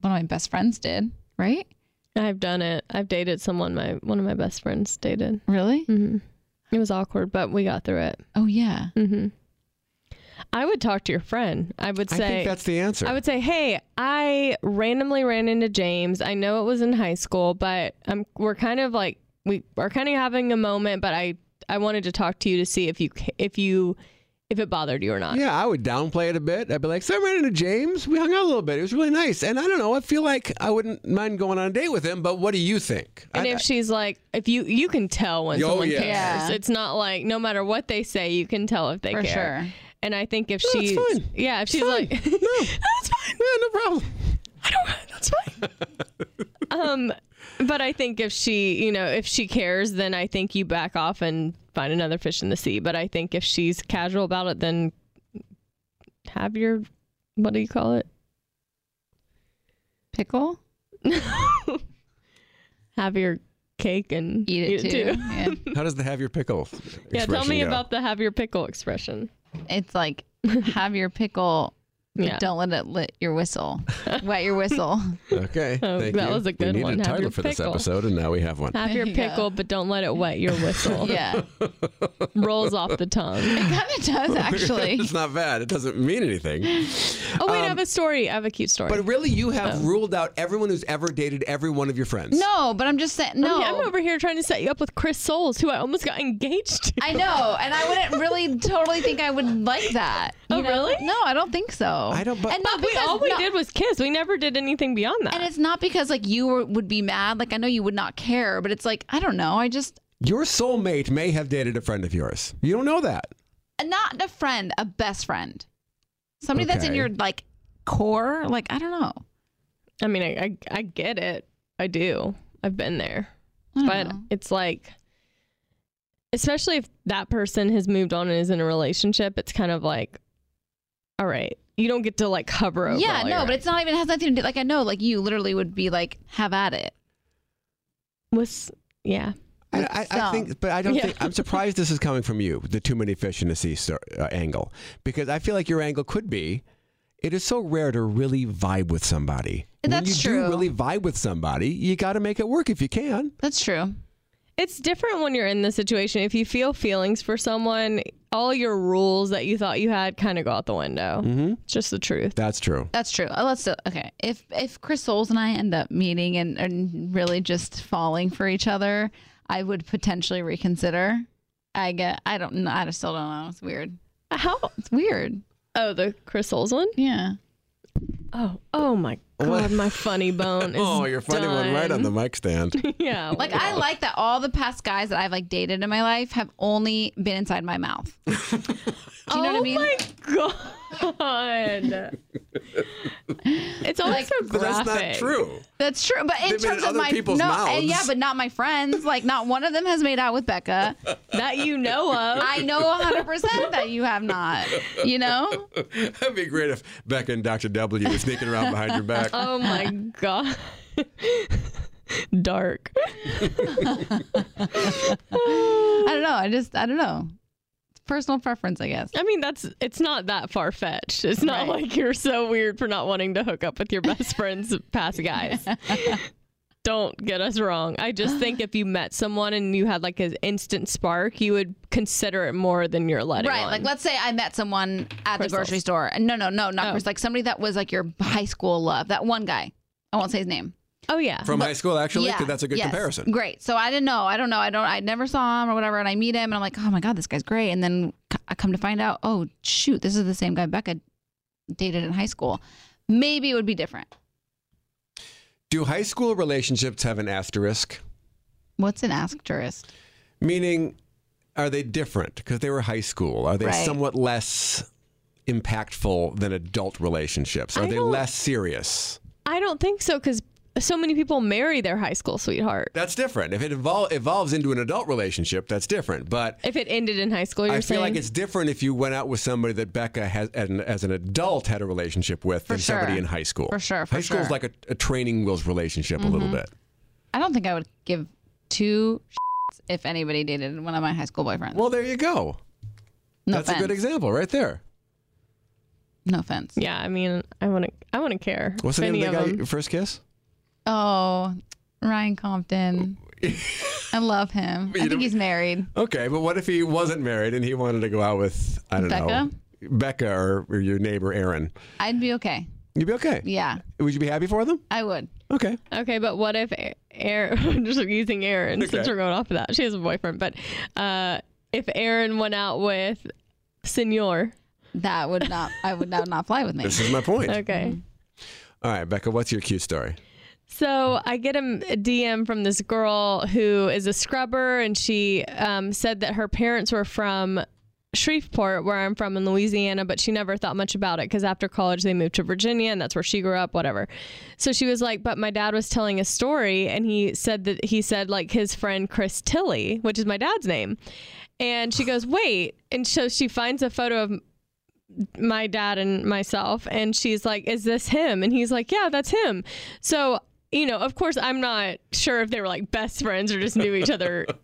B: one of my best friends did. Right?
D: I've done it. I've dated someone my one of my best friends dated.
B: Really?
D: hmm It was awkward, but we got through it.
B: Oh yeah.
D: hmm I would talk to your friend. I would
E: I
D: say
E: think that's the answer.
D: I would say, hey, I randomly ran into James. I know it was in high school, but um, we're kind of like we are kind of having a moment. But I I wanted to talk to you to see if you ca- if you if it bothered you or not.
E: <laughs> Yeah, I would downplay it a bit. I'd be like, so I ran into James. We hung out a little bit. It was really nice. And I don't know. I feel like I wouldn't mind going on a date with him, but what do you think?
D: And
E: I-
D: if she's like, if you you can tell when
E: Oh,
D: someone
E: yeah.
B: Yeah.
D: cares. It's not like no matter what they say, you can tell if they
B: For
D: care.
B: sure.
D: And I think if
E: No, it's
D: she's
E: fine.
D: yeah, if she's like <laughs> that's fine.
E: Yeah, no problem. <laughs>
D: Um, but I think if she, you know, if she cares, then I think you back off and find another fish in the sea. But I think if she's casual about it, then have your, what do you call it?
B: Pickle?
D: <laughs> Have your cake and
B: Eat it, too.
D: <laughs>
B: Yeah.
E: <laughs> How does the have your pickle?
D: Yeah, tell
E: expression
D: me
E: go?
D: about the have your pickle expression.
B: It's
D: <laughs>
B: like have your pickle, but
D: Yeah.
B: don't let it lit your
D: <laughs>
B: whistle, wet your whistle.
E: <laughs> Okay.
D: Oh,
E: thank
D: that
E: you.
D: was a
E: we
D: good
E: needed
D: one.
E: a
D: Have
E: title
D: your
E: for this
D: pickle.
E: episode, and now we have one.
B: <laughs>
D: Have your
B: There you go.
D: pickle, but don't let it wet your
E: <laughs>
D: whistle.
B: <laughs> Yeah,
D: <laughs> Rolls off the tongue.
B: it kind of does actually.
E: <laughs> it's not bad. It doesn't mean anything.
D: Oh, wait, I
E: um,
D: have a story. I have a cute story.
E: But really, you
D: Oh.
E: have ruled out everyone who's ever dated every one of your friends.
B: No, but I'm just saying.
D: I
B: No,
D: mean, I'm over here trying to set you up with Chris Souls, who I almost got engaged to.
B: I know, and I wouldn't really totally think I would like that.
D: <laughs> Oh,
B: know?
D: really?
B: No, I don't <laughs> think so. I
E: don't- but-
B: and
D: But
B: not
D: we
B: because
D: all we
B: not-
D: did was kiss. We never did anything beyond that.
B: and it's not because like you were, would be mad. Like I know you would not care, but it's like I don't know. I just
E: Your soulmate may have dated a friend of yours. You don't know that.
B: not a friend, a best friend, somebody that's in
E: Okay.
B: your like core. Like I don't know.
D: I mean, I, I I get it. I do. I've been there.
B: I don't
D: But
B: know.
D: it's like, especially if that person has moved on and is in a relationship, it's kind of like, all right, you don't get to like cover over.
B: Yeah,
D: all
B: no,
D: your-
B: but it's not even it has nothing to do. Like I know, like you literally would be like, have at it.
D: was yeah.
E: I, I, I
B: Some.
E: think, but I don't
D: Yeah.
E: think. I'm surprised this is coming from you, the too many fish in the sea star, uh, angle, because I feel like your angle could be. It is so rare to really vibe with somebody.
B: That's
E: when you
B: true.
E: do really vibe with somebody, you got to make it work if you can.
B: That's true.
D: <laughs> It's different when you're in this situation. If you feel feelings for someone, all your rules that you thought you had kind of go out the window. Mm-hmm. It's just the truth.
E: That's true.
B: That's true. Uh, Let's do, okay. If if Chris Souls and I end up meeting and, and really just falling for each other, I would potentially reconsider. I get. I don't. know. I just still don't know. It's weird.
D: How?
B: It's weird.
D: Oh, the Chris Souls one.
B: Yeah.
D: Oh. Oh my god.
E: What?
D: My
E: <laughs>
D: funny bone. Is
E: oh, your funny one right on the mic stand.
D: <laughs> yeah.
B: Like
E: <laughs>
B: I like that all the past guys that I've like dated in my life have only been inside my mouth. Do you know what I mean?
D: Oh God. it's always so
E: But
D: graphic.
E: that's not true. <laughs>
B: That's true, but in
E: They've been in
B: terms of
E: other
B: my
E: people's
B: no,
E: mouths.
B: and yeah, but not my friends. Like not one of them has made out with Becca.
D: That
E: <laughs>
D: you know
B: <laughs>
D: of.
B: I know 100 percent that you have not. You know,
E: That'd be great if Becca and Dr. W were sneaking around behind your
B: <laughs>
E: back.
D: Oh my god. Dark.
B: I don't know. I just I don't know. It's personal preference, I guess.
D: I mean, that's it's not that far fetched. It's not
B: Right.
D: like you're so weird for not wanting to hook up with your best friend's
M: <laughs>
D: past guys. Don't get us wrong. I just think if you met someone and you had like an instant spark, you would consider it more than you're letting
B: Right,
D: on.
B: like let's say I met someone at
D: Crystals.
B: the grocery store. And No, no, no, not
D: Oh.
B: Chris. Like somebody that was like your high school love. That one guy. I won't say his name.
D: oh yeah.
E: From high school, actually, 'cause
B: Yeah,
E: that's a good
B: yes.
E: comparison.
B: Great. So I didn't know. I don't know. I don't. I never saw him or whatever. And I meet him, and I'm like, oh my god, this guy's great. And then c- I come to find out, oh shoot, this is the same guy Becca dated in high school. Maybe it would be different.
E: Do high school relationships have an asterisk?
B: What's an asterisk?
E: Meaning, are they different because they were high school? Are they
B: Right.
E: somewhat less impactful than adult relationships? Are
D: I
E: they
D: don't-
E: less serious?
D: I don't think so because so many people marry their high school sweetheart.
E: That's different. If it evol- evolves into an adult relationship, that's different. But
D: If it ended in high school, you're
E: I feel
D: saying
E: like it's different if you went out with somebody that Becca has as an, as an adult had a relationship with than somebody
B: sure.
E: in high school.
B: For sure, for
E: high school is
B: sure. Mm-hmm.
E: like a, a training wheels relationship a little bit.
B: I don't think I would give two shits if anybody dated one of my high school boyfriends.
E: Well, there you go.
B: no
E: That's a
B: offense.
E: good example right there.
B: no offense.
D: yeah. I mean, I want to. I want to care.
E: What's the
D: Any
E: name of the guy?
D: of them.
E: Your first kiss?
B: Oh, Ryan Compton. I
E: <laughs>
B: love him. I think he's married.
E: Okay, but what if he wasn't married and he wanted to go out with I don't
B: Becca?
E: know Becca or, or your neighbor Aaron?
B: I'd be okay.
E: You'd be okay.
B: Yeah,
E: Would you be happy for them?
B: I would.
E: Okay.
D: Okay, but what if A- Aaron? <laughs> just using Aaron since
E: Okay.
D: we're going off of that. She has a boyfriend, but uh, if Aaron went out with Senor,
B: That would not. I would not not fly with me.
E: This is my point.
D: okay.
E: All right, Becca, what's your cute story?
D: So I get a m- a DM from this girl who is a scrubber, and she um, said that her parents were from Shreveport, where I'm from in Louisiana, but she never thought much about it because after college they moved to Virginia, and that's where she grew up. Whatever. So she was like, "But my dad was telling a story, and he said that he said like his friend Chris Tilly, which is my dad's name." And she goes, "Wait!" And so she finds a photo of my dad and myself and she's like is this him and he's like yeah that's him so you know of course i'm not sure if they were like best friends or just knew each other <laughs>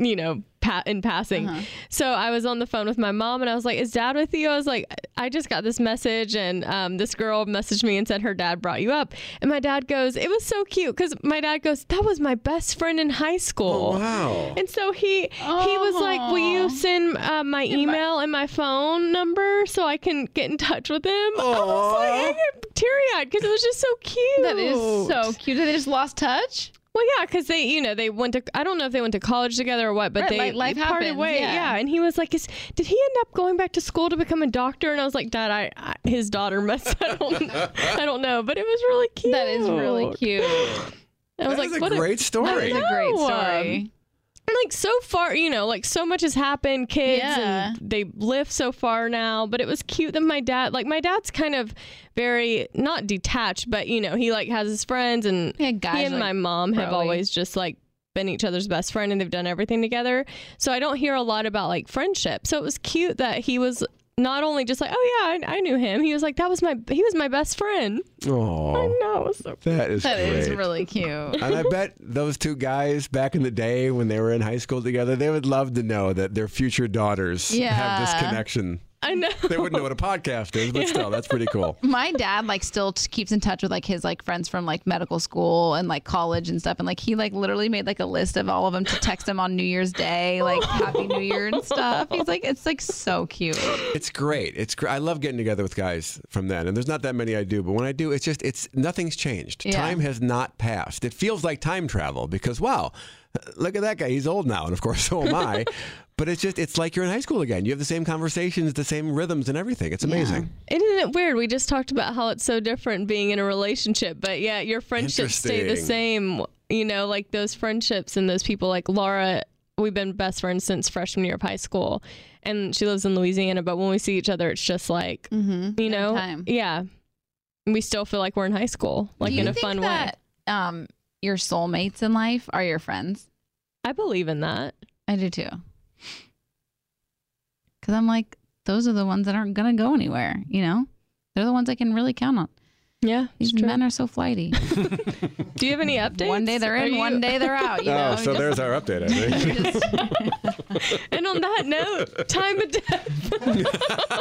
D: you know pa- in passing so i was on the phone with my mom and i was like is dad with you i was like i just got this message and um, this girl messaged me and said her dad brought you up and my dad goes it was so cute because my dad goes that was my best friend in high school
E: wow.
D: and so he he was like, "Will you send uh, my email and my phone number so I can get in touch with him?" I was like, teary eyed because it was just so cute.
B: That is so cute. They just lost touch.
D: Well, yeah, because they, you know, they went to. I don't know if they went to college together or what, but
B: Right,
D: they
B: like, life
D: they parted
B: happens,
D: ways.
B: yeah.
D: and he was like, "Is did he end up going back to school to become a doctor?" And I was like, "Dad, I, I his daughter must. <laughs> I don't, I don't know, but it was really cute.
B: That is really cute.
D: I was
E: That
D: like,
E: is
D: "What
E: a great story.
B: That's a great
D: No.
B: story.
D: And like so far, you know, like so much has happened, kids,
B: Yeah.
D: and they live so far now. But it was cute that my dad, like my dad's kind of very not detached, but you know, he like has his friends, and
B: Yeah, guys
D: he and
B: are,
D: my
B: like,
D: mom have
B: bro-y.
D: always just like been each other's best friend, and they've done everything together. So I don't hear a lot about like friendship. So it was cute that he was not only just like, oh yeah, I, I knew him. He was like, that was my he was my best friend.
E: Oh,
D: No, it was so
E: that is
B: That
E: great.
B: is really cute.
E: and I
B: <laughs>
E: bet those two guys back in the day when they were in high school together, they would love to know that their future daughters have this
B: Yeah.
E: connection.
D: I I know.
E: They wouldn't know what a podcast is, but
D: <laughs>
E: still, that's pretty cool.
B: My dad like still t- keeps in touch with like his like friends from like medical school and like college and stuff, and like he like literally made like a list of all of them to text them on New Year's Day, like Happy New Year and stuff. He's like, it's like so cute.
E: It's great. It's gr- I love getting together with guys from then, and there's not that many I do, but when I do, it's just it's nothing's changed.
B: Yeah.
E: Time has not passed. It feels like time travel because wow, look at that guy. He's old now, and of course <laughs> so am I. but it's just it's like you're in high school again. You have the same conversations, the same rhythms, and everything. It's amazing.
D: Isn't it weird? We just talked about how it's so different being in a relationship, but yeah, your friendships stay the
E: Interesting.
D: same. You know, like those friendships and those people like Laura, we've been best friends since freshman year of high school. And she lives in Louisiana, but when we see each other, it's just like, you know,
B: Mm-hmm. time.
D: yeah. We still feel like we're in high school, like
B: Do you
E: Mm-hmm.
D: in a
B: think
D: fun
B: that, way. Um, your soulmates in life are your friends.
D: I believe in that.
B: I do too. Because I'm like, those are the ones that aren't gonna go anywhere. You know, they're the ones I can really count on.
D: Yeah,
B: these men are so
D: <laughs>
B: flighty.
D: way. Do you have any
B: <laughs>
D: updates?
B: One day they're
D: Are
B: in,
D: you-
B: one day they're out. You know,
E: oh, so
B: just-
E: there's our update. I think.
D: <laughs>
B: <laughs>
D: and on that
E: <laughs>
D: note, time of death.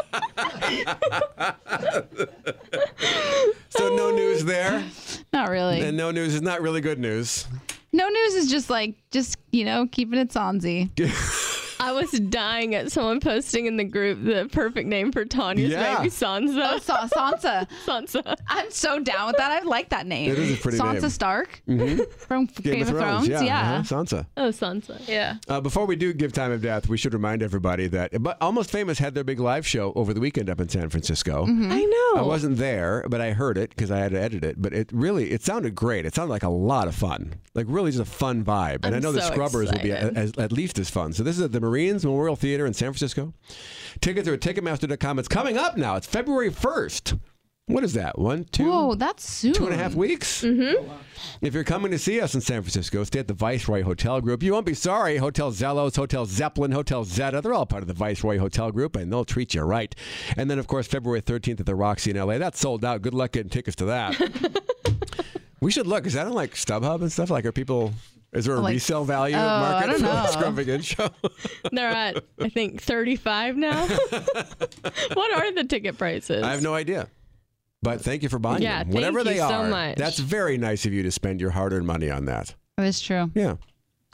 E: so no news there,
B: not really.
E: and no news is not really good news.
B: No news is just like just you know keeping it
D: <laughs>
B: sonsy.
D: I was dying at someone posting in the group the perfect name for Tanya's
B: Yeah.
D: baby Sansa.
B: Oh, Sa- Sansa.
D: <laughs> Sansa.
B: I'm so down with that. I like that name.
E: It is a pretty
B: Sansa
E: name.
B: Stark
E: Mhm.
B: <laughs> from Game, of Thrones. Yeah.
E: uh-huh, Sansa.
D: Oh, Sansa. Yeah.
E: Uh, before we do give time of death, we should remind everybody that but Almost Famous had their big live show over the weekend up in San Francisco.
D: Mm-hmm. I know.
E: I wasn't there, but I heard it because I had to edit it. But it really, it sounded great. It sounded like a lot of fun, like really just a fun vibe. And
D: I'm
E: I know the
D: so
E: Scrubbers will
D: excited.
E: be a- as, at least as fun. So this is at the Marines Memorial Theater in San Francisco. Tickets are at Ticketmaster.com. It's coming up now. It's February first. What is that? One, two,
B: Whoa, that's soon.
E: two and a half weeks.
D: Hmm. Mm-hmm.
E: If you're coming to see us in San Francisco, stay at the Viceroy Hotel Group. You won't be sorry. Hotel Zellos, Hotel Zeppelin, Hotel Zeta, they're all part of the Viceroy Hotel Group, and they'll treat you right. And then, of course, February 13th at the Roxy in LA. That's sold out. Good luck getting tickets to
D: <laughs>
E: that. we should look. Is that on like StubHub and stuff? Like, are people. Is there a
B: Like-
E: resale value
B: Oh,
D: uh,
B: I
E: market
B: don't
E: for the
B: know.
E: Scrubbing In show?
D: They're at I think 35 now. what are the ticket prices?
E: I have no idea. But thank you for buying
D: Yeah,
E: them.
D: thank
E: Whatever
D: you
E: they
D: so
E: are,
D: much.
E: that's very nice of you to spend your hard earned money on that.
B: That's true.
E: Yeah.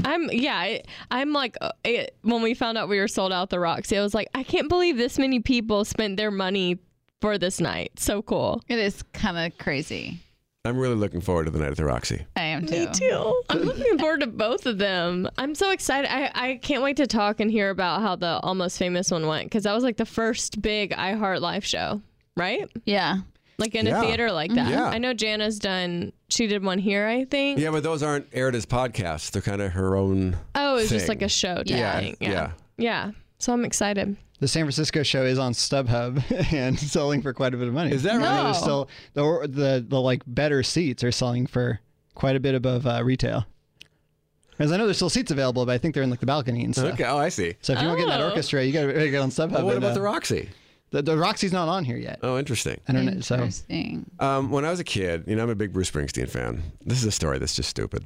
D: I'm yeah. I, I'm like uh, it, when we found out we were sold out the Roxy, I was like, I can't believe this many people spent their money for this night. So cool.
B: It is kind of crazy.
E: I'm really looking forward to the night at the Roxy.
B: I am too.
D: Me too. <laughs> I'm looking forward to both of them. I'm so excited. I, I can't wait to talk and hear about how the Almost Famous one went because that was like the first big iHeart live show, right?
B: Yeah.
D: Like in
E: Yeah.
D: a theater like that.
E: Yeah.
D: I know Jana's done, she did one here, I think.
E: Yeah, but those aren't aired as podcasts. They're kind of her own.
D: Oh, it was just
E: thing.
D: like a show. type
E: Yeah,
D: thing.
E: yeah.
D: yeah. Yeah. So I'm excited.
J: The San Francisco show is on StubHub <laughs> and selling for quite a bit of money.
E: Is that
J: And
E: right?
J: they're still the, the the like better seats are selling for quite a bit above uh, retail. Because I know there's still seats available, but I think they're in like the balcony and stuff.
E: Okay. Oh, I see.
J: So if you want to get in that
D: Oh.
J: orchestra, you got to get on StubHub.
E: Well, what
J: and,
E: about
J: uh,
E: the Roxy?
J: The, the Roxy's not on here yet.
E: Oh, interesting.
J: I don't know. So
B: Interesting.
E: Um, when I was a kid, you know, I'm a big Bruce Springsteen fan. This is a story that's just stupid.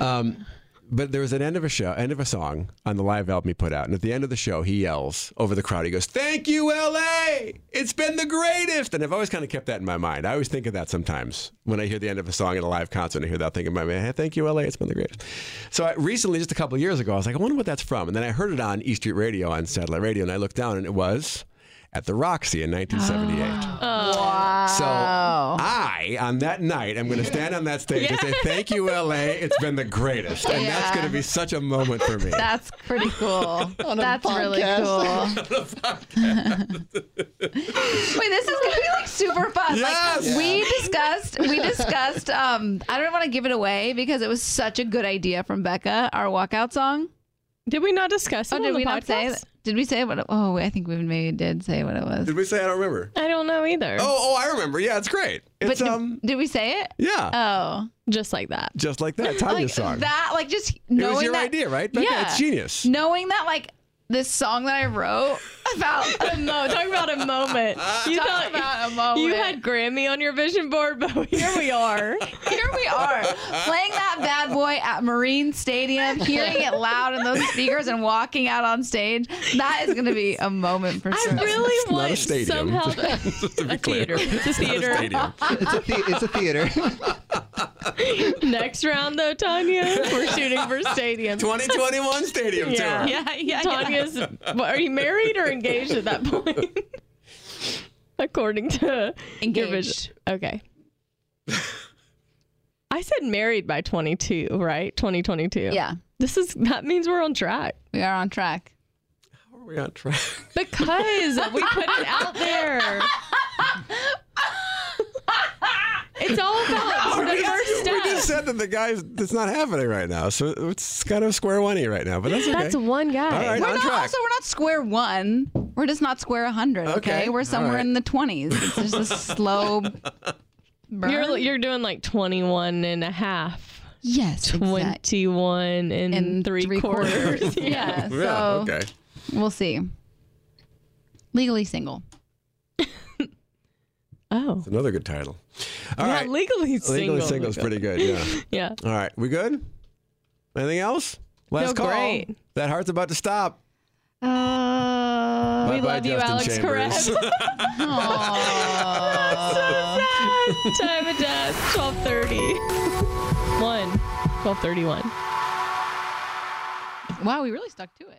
E: Um, but there was an end of a show, end of a song on the live album he put out, and at the end of the show, he yells over the crowd. He goes, "Thank you, L.A. It's been the greatest." And I've always kind of kept that in my mind. I always think of that sometimes when I hear the end of a song at a live concert. I hear that thing in my mind. Hey, thank you, L.A. It's been the greatest. So I, recently, just a couple of years ago, I was like, I wonder what that's from. And then I heard it on E Street Radio on satellite radio, and I looked down, and it was at the Roxy in
M: Ah.
E: 1978.
D: Oh.
E: So
M: Oh.
E: I, on that night, I'm going to stand on that stage and say, "Thank you, LA. It's been the greatest," and that's
B: Yeah.
E: going to be such a moment for me.
B: That's pretty cool.
J: <laughs> On a
B: That's
J: <laughs>
B: really
J: podcast.
B: cool. Wait, this is gonna be like super fun.
E: Yes!
B: Like we discussed, we discussed. Um, I don't want to give it away because it was such a good idea from Becca, our walkout song.
D: Did we not discuss it
B: Oh,
D: on
B: did
D: the
B: we not
D: podcast?
B: say? Did we say what? It, oh, I think we maybe did say what it was.
E: Did we say I don't remember?
D: I don't know either.
E: Oh, oh, I remember. Yeah, it's great. It's
B: did,
E: um,
B: did we say it?
E: yeah,
B: Oh,
D: Just like that.
E: just like that. Tanya's
B: like
E: song.
B: that, like just
E: it
B: knowing
E: was your
B: that
E: idea, right? Becca?
B: yeah,
E: it's genius.
B: Knowing that, like
L: this song that I wrote about
D: a moment. Talk about a moment.
L: You
D: Talk
L: thought about a moment.
D: You had Grammy on your vision board, but <laughs> here we are.
L: here we are playing that bad boy at Marine Stadium, hearing it loud in those speakers, and walking out on stage. That is going to be a moment for sure. I
D: really
E: It's not a stadium.
D: somehow
E: just, <laughs> just to be clear.
D: theater. It's <laughs> a
E: not
D: theater.
E: stadium.
J: It's a, the- it's a theater.
D: <laughs> Next round, though, Tanya, we're shooting
E: <laughs>
D: for stadium.
E: 2021 stadium
D: yeah.
E: tour.
D: Yeah, yeah. Tanya's, are you married or engaged at that point?
E: <laughs>
D: According to your vision. Okay. I said married by 22, right? 2022.
L: Yeah.
D: This is that means we're on track.
L: We are on track.
E: Are we on track?
D: Because we put it out there. It's all about
E: we,
D: the first
E: just, we
D: step.
E: just said that the guy's that's not happening right now, so it's kind of square one right now. But that's okay.
L: That's
D: one guy.
E: All right,
L: we're
E: on
L: not,
E: track.
L: Also, we're not square one. We're just not square 100, okay?
D: Okay,
L: We're somewhere
D: all right.
L: in the 20s. It's just a slow burn.
D: <laughs> You're you're doing like 21 and a half.
L: Yes,
D: 21 and, three,
E: <laughs>
D: quarters.
L: yeah, so
D: Yeah,
E: okay.
L: we'll see. Legally
D: <laughs>
L: single.
D: oh,
E: It's another good title. All
D: Yeah,
E: right.
D: <laughs> Legally Single.
E: Legally single is pretty good. Yeah.
D: Yeah.
E: All right, we good? Anything else? Last
D: Feel
E: call.
D: great.
E: That heart's about to stop.
L: Uh,
E: Bye-bye,
D: we love you,
E: Justin
D: Alex
E: Chambers. <laughs>
D: Karev. That's <laughs> so sad. Time of death, 1230. 1, 1231.
L: Wow, we really stuck to it.